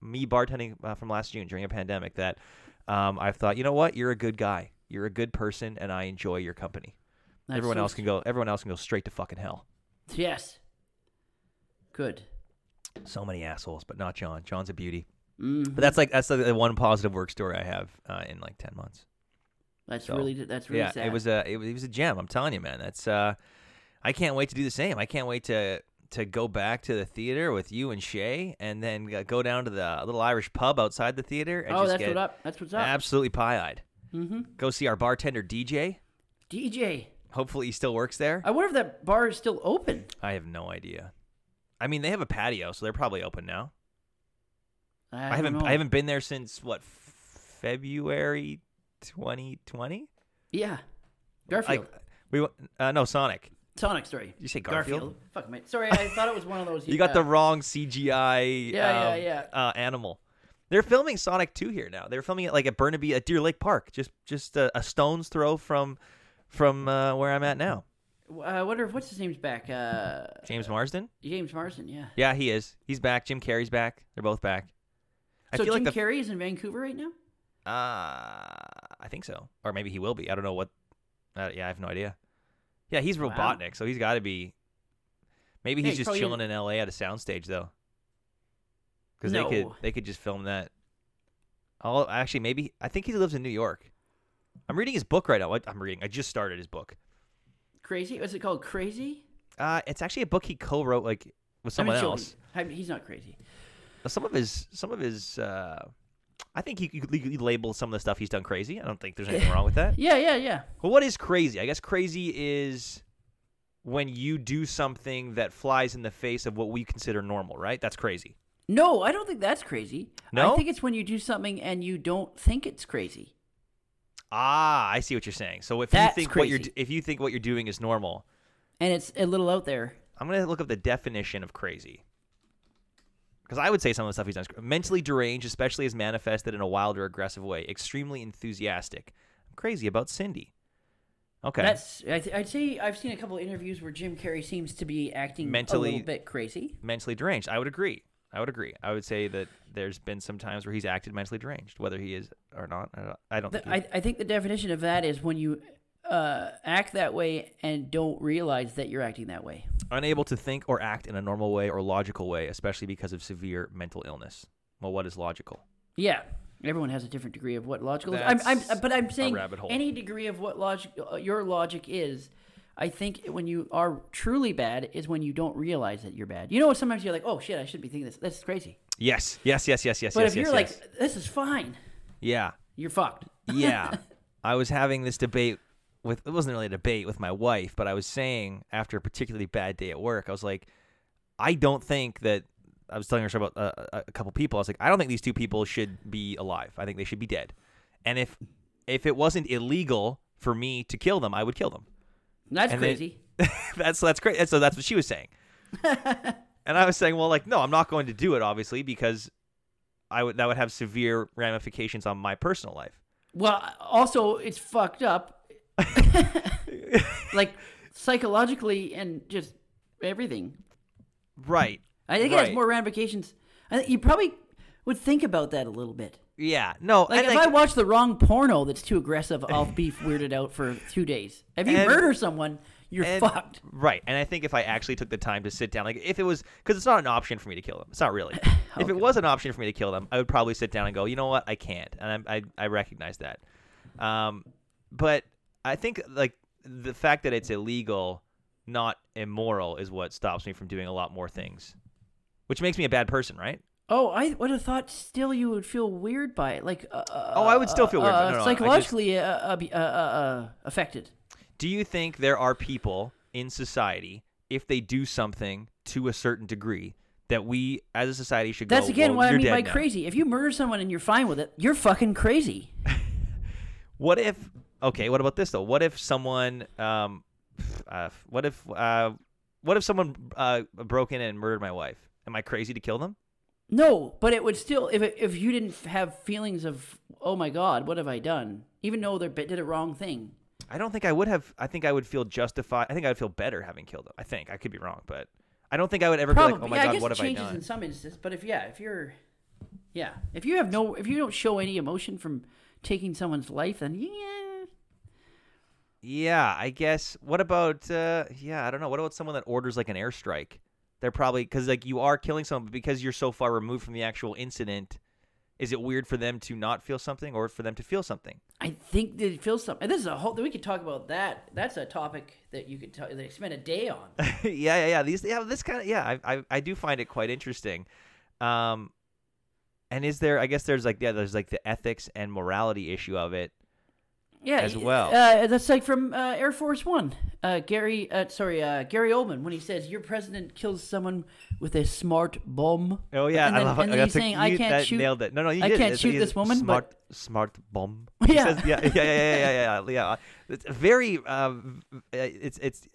A: me bartending uh, from last June during a pandemic that um I've thought you know what you're a good guy you're a good person and I enjoy your company.
B: That's
A: everyone
B: so
A: else can go. Everyone else can go straight to fucking hell.
B: s- Yes. Good.
A: So many assholes, but not John. John's a beauty.
B: Mm. Mm-hmm.
A: But that's like that's like the one positive work story I have uh, in like ten months.
B: That's
A: So,
B: really that's really
A: yeah,
B: sad.
A: it was a it was, it was a gem. I'm telling you, man. That's uh, I can't wait to do the same. I can't wait to to go back to the theater with you and Shay, and then uh, go down to the little Irish pub outside the theater. And
B: oh,
A: just
B: that's
A: get
B: what up. That's what's up.
A: Absolutely pie eyed. Mm-hmm. Go see our bartender DJ.
B: DJ.
A: Hopefully, he still works there.
B: I wonder if that bar is still open.
A: I have no idea. I mean, they have a patio, so they're probably open now.
B: I,
A: I,
B: don't
A: haven't
B: Know.
A: I haven't been there since what February 2020.
B: Yeah. Garfield.
A: Like we went- uh, no Sonic.
B: Sonic story.
A: you say Garfield?
B: Fuck mate. Sorry, I thought it was one of those.
A: You got the
B: uh,
A: wrong CGI.
B: Yeah, yeah,
A: um,
B: yeah.
A: Uh, animal. They're filming Sonic 2 here now. They're filming it like at Burnaby at Deer Lake Park, just just a, a stone's throw from from uh, where I'm at now.
B: I wonder if what's his name's back. Uh,
A: James Marsden.
B: James Marsden. Yeah.
A: Yeah, he is. He's back. Jim Carrey's back. They're both back. I
B: so
A: feel
B: Jim
A: like the
B: Carrey is in Vancouver right now.
A: uh, I think so, or maybe he will be. I don't know what. Uh, yeah, I have no idea. Yeah, he's
B: Wow.
A: Robotnik, so he's got to be. Maybe
B: Yeah,
A: he's
B: he's
A: just
B: probably
A: chilling in L.A. at a soundstage though, because they could
B: No.
A: they could just film that. Oh, actually, maybe I think he lives in New York. I'm reading his book right now. What- I'm reading. I just started his book.
B: Crazy. What's it called? Crazy.
A: Uh, it's actually a book he co-wrote like with someone
B: I mean,
A: else.
B: children. I mean, he's not crazy.
A: Some of his some of his. Uh, I think he could legally label some of the stuff he's done crazy. I don't think there's anything wrong with that.
B: Yeah, yeah, yeah.
A: Well, what is crazy? I guess crazy is when you do something that flies in the face of what we consider normal, right? That's crazy.
B: No, I don't think that's crazy.
A: No?
B: I think it's when you do something and you don't think it's crazy.
A: Ah, I see what you're saying. So if
B: That's
A: you think what you're
B: crazy.
A: if you think what you're doing is normal,
B: And it's a little out there.
A: I'm gonna look up the definition of crazy. Because I would say some of the stuff he's done is cr- mentally deranged, especially as manifested in a wild or aggressive way, extremely enthusiastic. I'm crazy about Cindy. Okay,
B: That's I th- I'd say I've seen a couple of interviews where Jim Carrey seems to be acting a
A: Mentally-
B: little bit crazy.
A: mentally deranged. I would agree. I would agree. I would say that there's been some times where he's acted mentally deranged, whether he is or not. I don't- I don't think.
B: The,
A: he-
B: I I think the definition of that is when you uh, act that way and don't realize that you're acting that way.
A: unable to think or act in a normal way or logical way, especially because of severe mental illness. Well, what is logical?
B: Yeah. Everyone has a different degree of what logical is. I'm, I'm,
A: That's
B: but I'm saying
A: rabbit hole.
B: any degree of what logic uh, your logic is. I think when you are truly bad is when you don't realize that you're bad. You know, sometimes you're like, "Oh shit, I shouldn't be thinking this. That's crazy."
A: Yes, yes, yes, yes, yes.
B: But
A: yes,
B: if you're
A: yes,
B: like,
A: yes.
B: "This is fine,"
A: yeah,
B: you're fucked.
A: yeah, I was having this debate with it wasn't really a debate with my wife, but I was saying after a particularly bad day at work, I was like, I don't think that I was telling her about uh, a, a couple people. I was like, I don't think these two people should be alive. I think they should be dead. And if if it wasn't illegal for me to kill them, I would kill them.
B: That's
A: And then-
B: crazy.
A: that's that's great. And so that's what she was saying. and I was saying, well, like, no, I'm not going to do it, obviously, because I would that would have severe ramifications on my personal life.
B: Well, also it's fucked up, like psychologically and just everything.
A: Right.
B: I think it
A: Right.
B: has more ramifications. I think you probably would think about that a little bit.
A: Yeah. No.
B: Like
A: and
B: if I watch the wrong porno that's too aggressive, I'll be weirded out for two days. If you
A: And-
B: murder someone, you're
A: and-
B: fucked.
A: Right. And I think if I actually took the time to sit down, like if it was, because it's not an option for me to kill them. It's not really. If it was an option for me to kill them, I would probably sit down and go, you know what? I can't. And I, I, I recognize that. Um, but I think like the fact that it's illegal, not immoral, is what stops me from doing a lot more things, which makes me a bad person, right?
B: Oh, I would have thought still you would feel weird by it, like uh,
A: Oh, I would still feel weird. No,
B: uh,
A: no, no, I
B: psychologically uh, uh, be- uh, uh, uh, affected.
A: Do you think there are people in society, if they do something to a certain degree, that we as a society should
B: That's
A: go,
B: again
A: "Well,
B: what I
A: you're
B: mean
A: dead
B: by
A: now."
B: crazy. If you murder someone and you're fine with it, you're fucking crazy.
A: What if Okay, what about this though? What if someone, um, uh, what if, uh, what if someone uh, broke in and murdered my wife? Am I crazy to kill them?
B: No, but it would still if it, if you didn't have feelings of oh my god, what have I done? Even though they did a wrong thing.
A: I don't think I would have. I think I would feel justified. I think I would feel better having killed them. I think I could be wrong, but I don't think I would ever
B: Probably.
A: be like, oh my
B: yeah, I
A: god,
B: guess
A: what
B: it
A: have I
B: changes
A: done?
B: in some instances, but if yeah, if you're yeah, if you have no if you don't show any emotion from taking someone's life, then yeah.
A: Yeah, I guess. What about? Uh, yeah, I don't know. What about someone that orders like an airstrike? They're probably because like you are killing someone, but because you're so far removed from the actual incident, is it weird for them to not feel something or for them to feel something?
B: I think they feel something. And this is a whole we could talk about that. That's a topic that you could talk, that spend a day on.
A: yeah, yeah, yeah. These, yeah, this kind of, yeah, I, I, I do find it quite interesting. Um, and is there? I guess there's like, yeah, there's like the ethics and morality issue of it.
B: yeah,
A: as well.
B: Uh, that's like from uh, Air Force One. Uh, Gary, uh, sorry, uh, Gary Oldman, when he says your president kills someone with a smart bomb.
A: Oh yeah,
B: and
A: I
B: then,
A: love it.
B: And then
A: that's
B: he's saying,
A: a,
B: "I
A: you-
B: can't
A: that
B: shoot."
A: Nailed it. No, no, you
B: I
A: did.
B: can't
A: It's-
B: shoot
A: it's
B: this woman,
A: Smart,
B: but-
A: smart bomb.
B: Yeah.
A: He says, yeah, yeah, yeah, yeah, yeah, yeah, yeah. It's a very, uh, v- uh, it's it's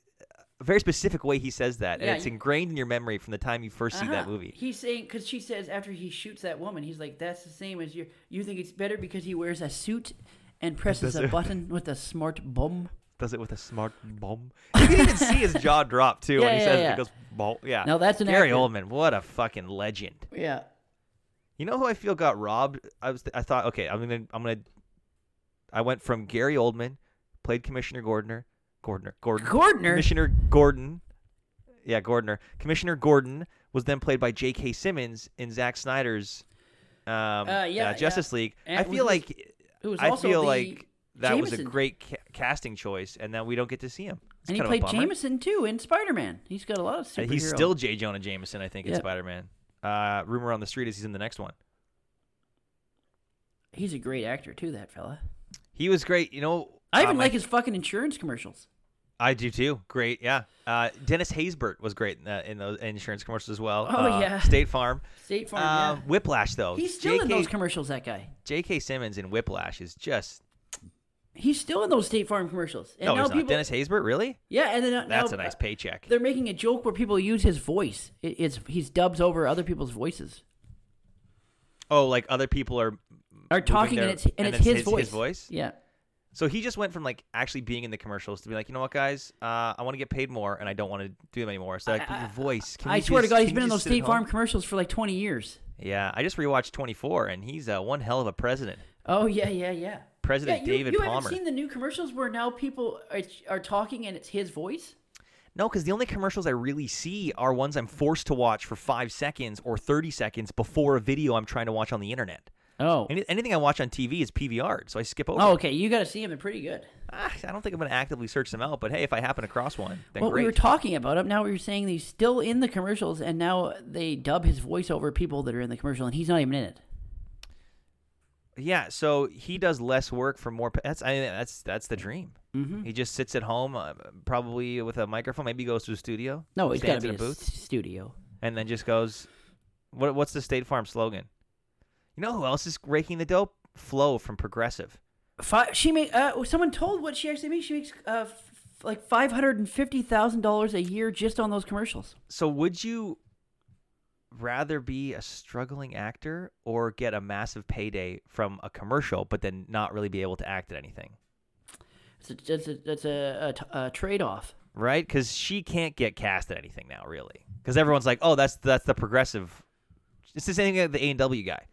A: a very specific way he says that, and
B: Yeah,
A: it's
B: you-
A: ingrained in your memory from the time you 1st see that
B: Uh-huh.
A: movie.
B: He's saying because she says after he shoots that woman, he's like, "That's the same as you. You think it's better because he wears a suit and presses a
A: doesn't-
B: button with a smart bomb."
A: Does it with a smart bomb. You can even see his jaw drop too when
B: Yeah,
A: he
B: yeah,
A: says it.
B: yeah.
A: It goes bom. Yeah.
B: Now that's an
A: Gary
B: actor.
A: Oldman. What a fucking legend.
B: Yeah.
A: You know who I feel got robbed? I was I thought okay, I'm gonna I'm gonna I went from Gary Oldman, played Commissioner Gordner, Gordner, Gordon,
B: Gordner?
A: Commissioner Gordon, yeah, Gordner, Commissioner Gordon was then played by J.K. Simmons in Zack Snyder's um,
B: Uh, yeah, yeah.
A: Justice League.
B: And
A: I
B: it was
A: feel
B: his-
A: like
B: Who was
A: I
B: also
A: feel
B: the-
A: like that was a
B: Jameson.
A: great ca- casting choice, and then we don't get to see him. It's
B: And he
A: kind
B: played
A: of a bummer.
B: Jameson too in Spider Man. He's got a lot of
A: Uh,
B: superhero.
A: He's still J. Jonah Jameson, I think, in
B: Yeah.
A: Spider Man. Uh, rumor on the street is he's in the next one.
B: He's a great actor too. That fella.
A: He was great. You know,
B: I even
A: um,
B: like his fucking insurance commercials.
A: I do too. Great, yeah. Uh, Dennis Haysbert was great in, the, in those insurance commercials as well.
B: Oh,
A: Uh,
B: yeah.
A: State Farm.
B: State Farm.
A: Um, Whiplash though.
B: yeah. He's still in
A: JK
B: those commercials. That guy.
A: J.K. Simmons in Whiplash is just
B: He's still in those State Farm commercials. And
A: no,
B: now
A: he's not.
B: people,
A: Dennis Haysbert, really?
B: Yeah, and then uh,
A: That's
B: now,
A: a nice
B: uh,
A: paycheck.
B: They're making a joke where people use his voice. It, it's he's dubs over other people's voices.
A: Oh, like other people are.
B: Are talking
A: their-
B: and it's and,
A: and
B: it's,
A: it's
B: his,
A: his- his
B: voice.
A: voice?
B: Yeah.
A: So he just went from like actually being in the commercials to be like, you know what, guys, uh, I want to get paid more and I don't want to do them anymore. So like, but your voice. Can
B: I
A: we
B: swear
A: just-
B: to God,
A: can
B: he's
A: we
B: been in
A: just
B: those
A: sit at
B: State
A: home?
B: Farm commercials for like twenty years.
A: Yeah, I just rewatched 24, and he's uh, one hell of a president.
B: Oh yeah, yeah, yeah.
A: President
B: yeah, you,
A: David
B: you
A: Palmer.
B: haven't seen the new commercials where now people are, are talking and it's his voice.
A: No, because the only commercials I really see are ones I'm forced to watch for five seconds or 30 seconds before a video I'm trying to watch on the internet.
B: Oh.
A: Any, anything I watch on TV is PVR, so I skip over.
B: Oh,
A: Oh.
B: okay. You got to see him. They're pretty good.
A: I don't think I'm going to actively search them out, but hey, if I happen across one, then
B: Well,
A: great.
B: we were talking about him. Now we were saying that he's still in the commercials, and now they dub his voice over people that are in the commercial, and he's not even in it.
A: yeah, so he does less work for more. pa- That's I, that's that's the dream. Mm-hmm. He just sits at home, uh, probably with a microphone. Maybe goes to a studio.
B: No, it's got to
A: stands
B: be
A: in
B: a
A: a booth.
B: s- studio.
A: and then just goes, what, "What's the State Farm slogan?" You know who else is raking the dope? Flo from Progressive.
B: Five, she make uh, someone told what she actually makes. She makes uh, f- f- like five hundred and fifty thousand dollars a year just on those commercials.
A: So, would you rather be a struggling actor or get a massive payday from a commercial, but then not really be able to act at anything?
B: It's a, that's a, that's a, a t- a trade-off.
A: Right? Because she can't get cast at anything now, really. Because everyone's like, "Oh, that's that's the Progressive." It's the same thing as the A and W guy.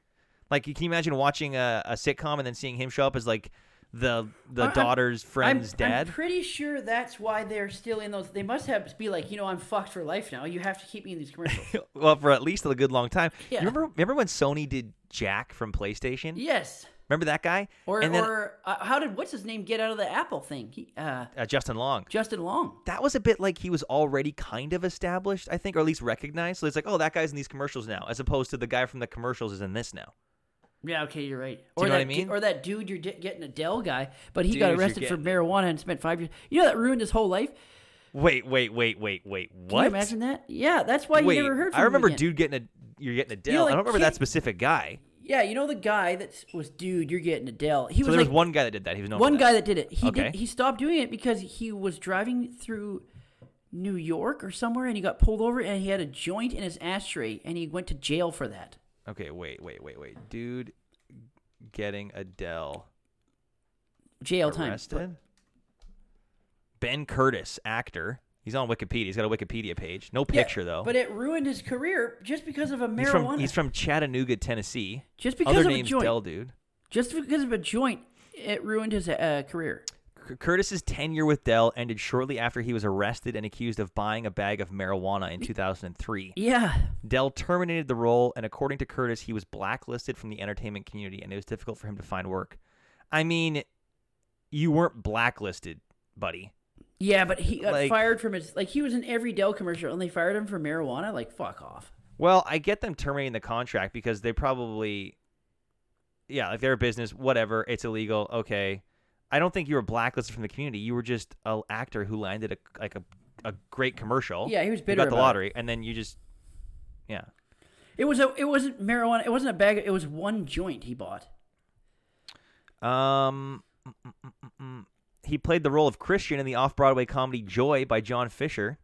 A: Like, can you imagine watching a, a sitcom and then seeing him show up as like the the
B: I'm-
A: daughter's friend's
B: I'm,
A: dad?
B: I'm pretty sure that's why they're still in those. They must have be like, you know, I'm fucked for life now. You have to keep me in these commercials.
A: well, for at least a good long time. You
B: Yeah.
A: Remember, remember when Sony did Jack from PlayStation?
B: yes.
A: Remember that guy?
B: Or
A: and then
B: or uh, how did what's his name get out of the Apple thing? He, uh,
A: uh, Justin Long.
B: Justin Long.
A: That was a bit like he was already kind of established, I think, or at least recognized. So it's like, oh, that guy's in these commercials now, as opposed to the guy from the commercials is in this now.
B: Yeah, okay, you're right.
A: Do you
B: or
A: know what
B: that
A: I mean?
B: Or that dude you're di- getting Adele guy, but he got
A: Dude, you're
B: arrested for
A: getting-
B: marijuana and spent five years. You know that ruined his whole life.
A: Wait, wait, wait, wait, wait.
B: Can
A: What?
B: you imagine that? Yeah, that's why
A: wait,
B: you never heard from
A: I
B: him
A: remember
B: again.
A: dude getting a you're getting a deal.
B: You're
A: I
B: like,
A: don't remember that
B: "Kid-
A: specific guy.
B: yeah, you know the guy that was, dude, you're getting Adele. He
A: So
B: was
A: there was
B: like,
A: one guy that did that. He was known. for
B: one
A: that.
B: guy that did it. He
A: Okay.
B: did, he stopped doing it because he was driving through New York or somewhere, and he got pulled over, and he had a joint in his ashtray, and he went to jail for that.
A: Okay, wait, wait, wait, wait. Dude, getting Adele
B: Jail time.
A: arrested. Ben Curtis, actor. He's on Wikipedia. He's got a Wikipedia page. No
B: Yeah,
A: picture though.
B: But it ruined his career just because of a marijuana.
A: he's from he's from Chattanooga, Tennessee.
B: just because
A: Other
B: of a
A: name's
B: joint.
A: Dell, dude.
B: Just because of a joint, it ruined his uh, career.
A: C- Curtis's tenure with Dell ended shortly after he was arrested and accused of buying a bag of marijuana in 2003.
B: Yeah.
A: Dell terminated the role, and according to Curtis, he was blacklisted from the entertainment community, and it was difficult for him to find work. I mean, you weren't blacklisted, buddy.
B: Yeah, but he got
A: Like-
B: fired from his like he was in every Dell commercial and they fired him for marijuana. Like fuck off.
A: Well, I get them terminating the contract because they probably, yeah, like they're a business, whatever, it's illegal, okay. I don't think you were blacklisted from the community. You were just an actor who landed a like a, a great commercial.
B: Yeah, he was
A: who
B: bitter
A: got the
B: about it.
A: lottery, and then you just, yeah.
B: It was a it wasn't marijuana. It wasn't a bag. It was one joint he bought.
A: Um, mm, mm, mm, mm, mm. he played the role of Christian in the off-Broadway comedy Joy by John Fisher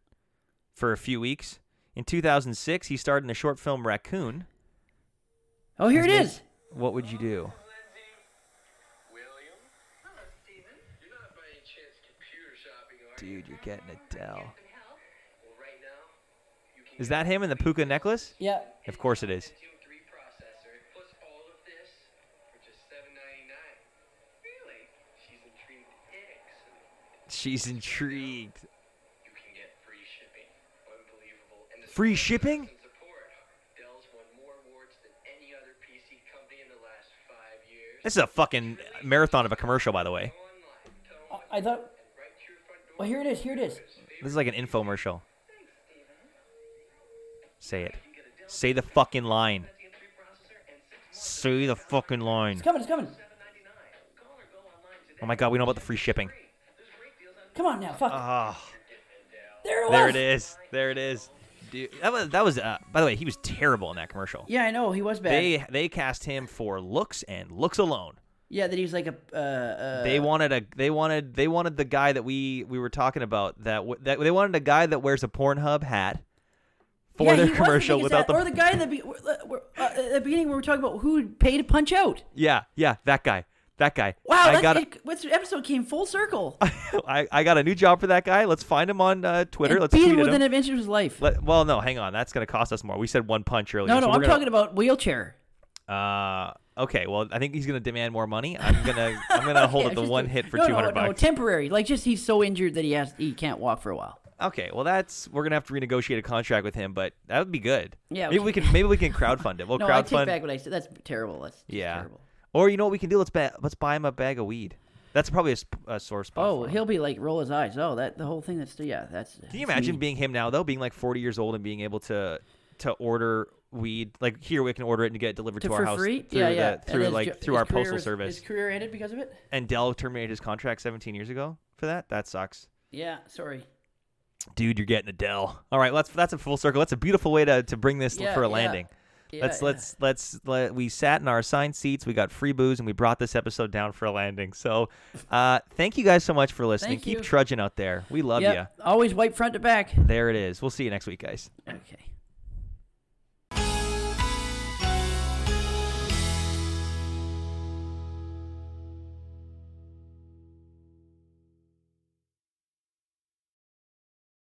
A: for a few weeks. In 2006, he starred in the short film Raccoon.
B: Oh, here
A: His
B: it
A: name-
B: is.
A: What would you do?
C: William? Hello, Steven. You're not by any chance computer shopping, are you?
A: Dude, you're getting Adele.
C: Well, right now, you can
A: Is
C: get
A: that him in the Puka necklace?
B: Yeah.
A: Of course it is.
C: Pentium 3 processor plus all of this for just $7.99. Really? She's intrigued. Excellent.
A: She's intrigued.
C: You can get free shipping. Unbelievable. And the
A: Free
C: support
A: shipping?
C: and Support. Dell's won more awards than any other PC company in the last five years.
A: This is a fucking marathon of a commercial, by the way.
C: Go
A: Oh,
C: online, tell 'em
B: I thought.
C: right to your front door.
B: Well, here it is. Here it is.
A: This is like an infomercial. Say it. Say the fucking line. Say the fucking line.
B: It's coming. It's coming.
A: Oh my god, we know about the free shipping.
B: Come on now. Fuck.
A: Ah.
B: there it was.
A: There it is. There it is. Dude, that was that was. Uh, by the way, he was terrible in that commercial.
B: Yeah, I know he was bad.
A: They they cast him for looks and looks alone.
B: yeah, that he was like a. Uh, uh,
A: They wanted a they wanted they wanted the guy that we we were talking about that w- that they wanted a guy that wears a Pornhub hat for
B: yeah,
A: their
B: he was
A: commercial
B: biggest
A: without
B: ad-
A: the
B: Or the guy in the be- uh, at the beginning we were talking about who paid to punch out.
A: yeah yeah that guy that guy
B: Wow,
A: I
B: that's,
A: got
B: it, this episode came full circle.
A: I, I got a new job for that guy. Let's find him on uh, Twitter.
B: And
A: Let's
B: beat
A: tweet
B: him
A: at
B: within
A: him.
B: an inch of his life.
A: Let, well, no, hang on. That's gonna cost us more. We said one punch earlier. so
B: no, no,
A: we're
B: I'm
A: gonna-
B: talking about wheelchair.
A: Uh, okay. Well, I think he's gonna demand more money. I'm gonna I'm gonna hold
B: Yeah,
A: up the
B: just
A: one
B: a-
A: hit for
B: no,
A: two
B: no,
A: hundred
B: No,
A: bucks.
B: temporary. Like just he's so injured that he has he can't walk for a while.
A: okay. Well, that's we're gonna have to renegotiate a contract with him, but that would be good.
B: Yeah,
A: Maybe we
B: okay.
A: can maybe we can crowdfund it. We'll
B: No, I
A: crowdfund.
B: take back what I said. That's terrible. That's just
A: Oh, yeah.
B: terrible.
A: Or you know what we can do? Let's ba- let's buy him a bag of weed. That's probably a, sp- a sore spot.
B: Oh,
A: for him.
B: he'll be like roll his eyes. Oh, that the whole thing. That's yeah. That's.
A: Can you imagine being him now though, being like 40 years old and being able to to order weed like here we can order it and get it delivered to,
B: to,
A: our
B: for
A: house
B: free?
A: through
B: yeah,
A: the-
B: yeah. And
A: through
B: his
A: like
B: jo-
A: through
B: his
A: our
B: career
A: postal
B: was-
A: service.
B: His career ended because of it.
A: And Dell terminated his contract 17 years ago for that. That sucks.
B: Yeah. Sorry.
A: Dude, you're getting a Dell. All right, let's that's a full circle. That's a beautiful way to, to bring this
B: Yeah,
A: for a
B: yeah.
A: landing.
B: Yeah,
A: let's
B: yeah.
A: let's let's let we sat in our assigned seats, we got free booze, and we brought this episode down for a landing. So, uh, thank you guys so much for listening.
B: Thank
A: Keep
B: you.
A: trudging out there. We love
B: Yep. Always wipe front to back.
A: you. There it is. We'll see you next week, guys.
B: Okay.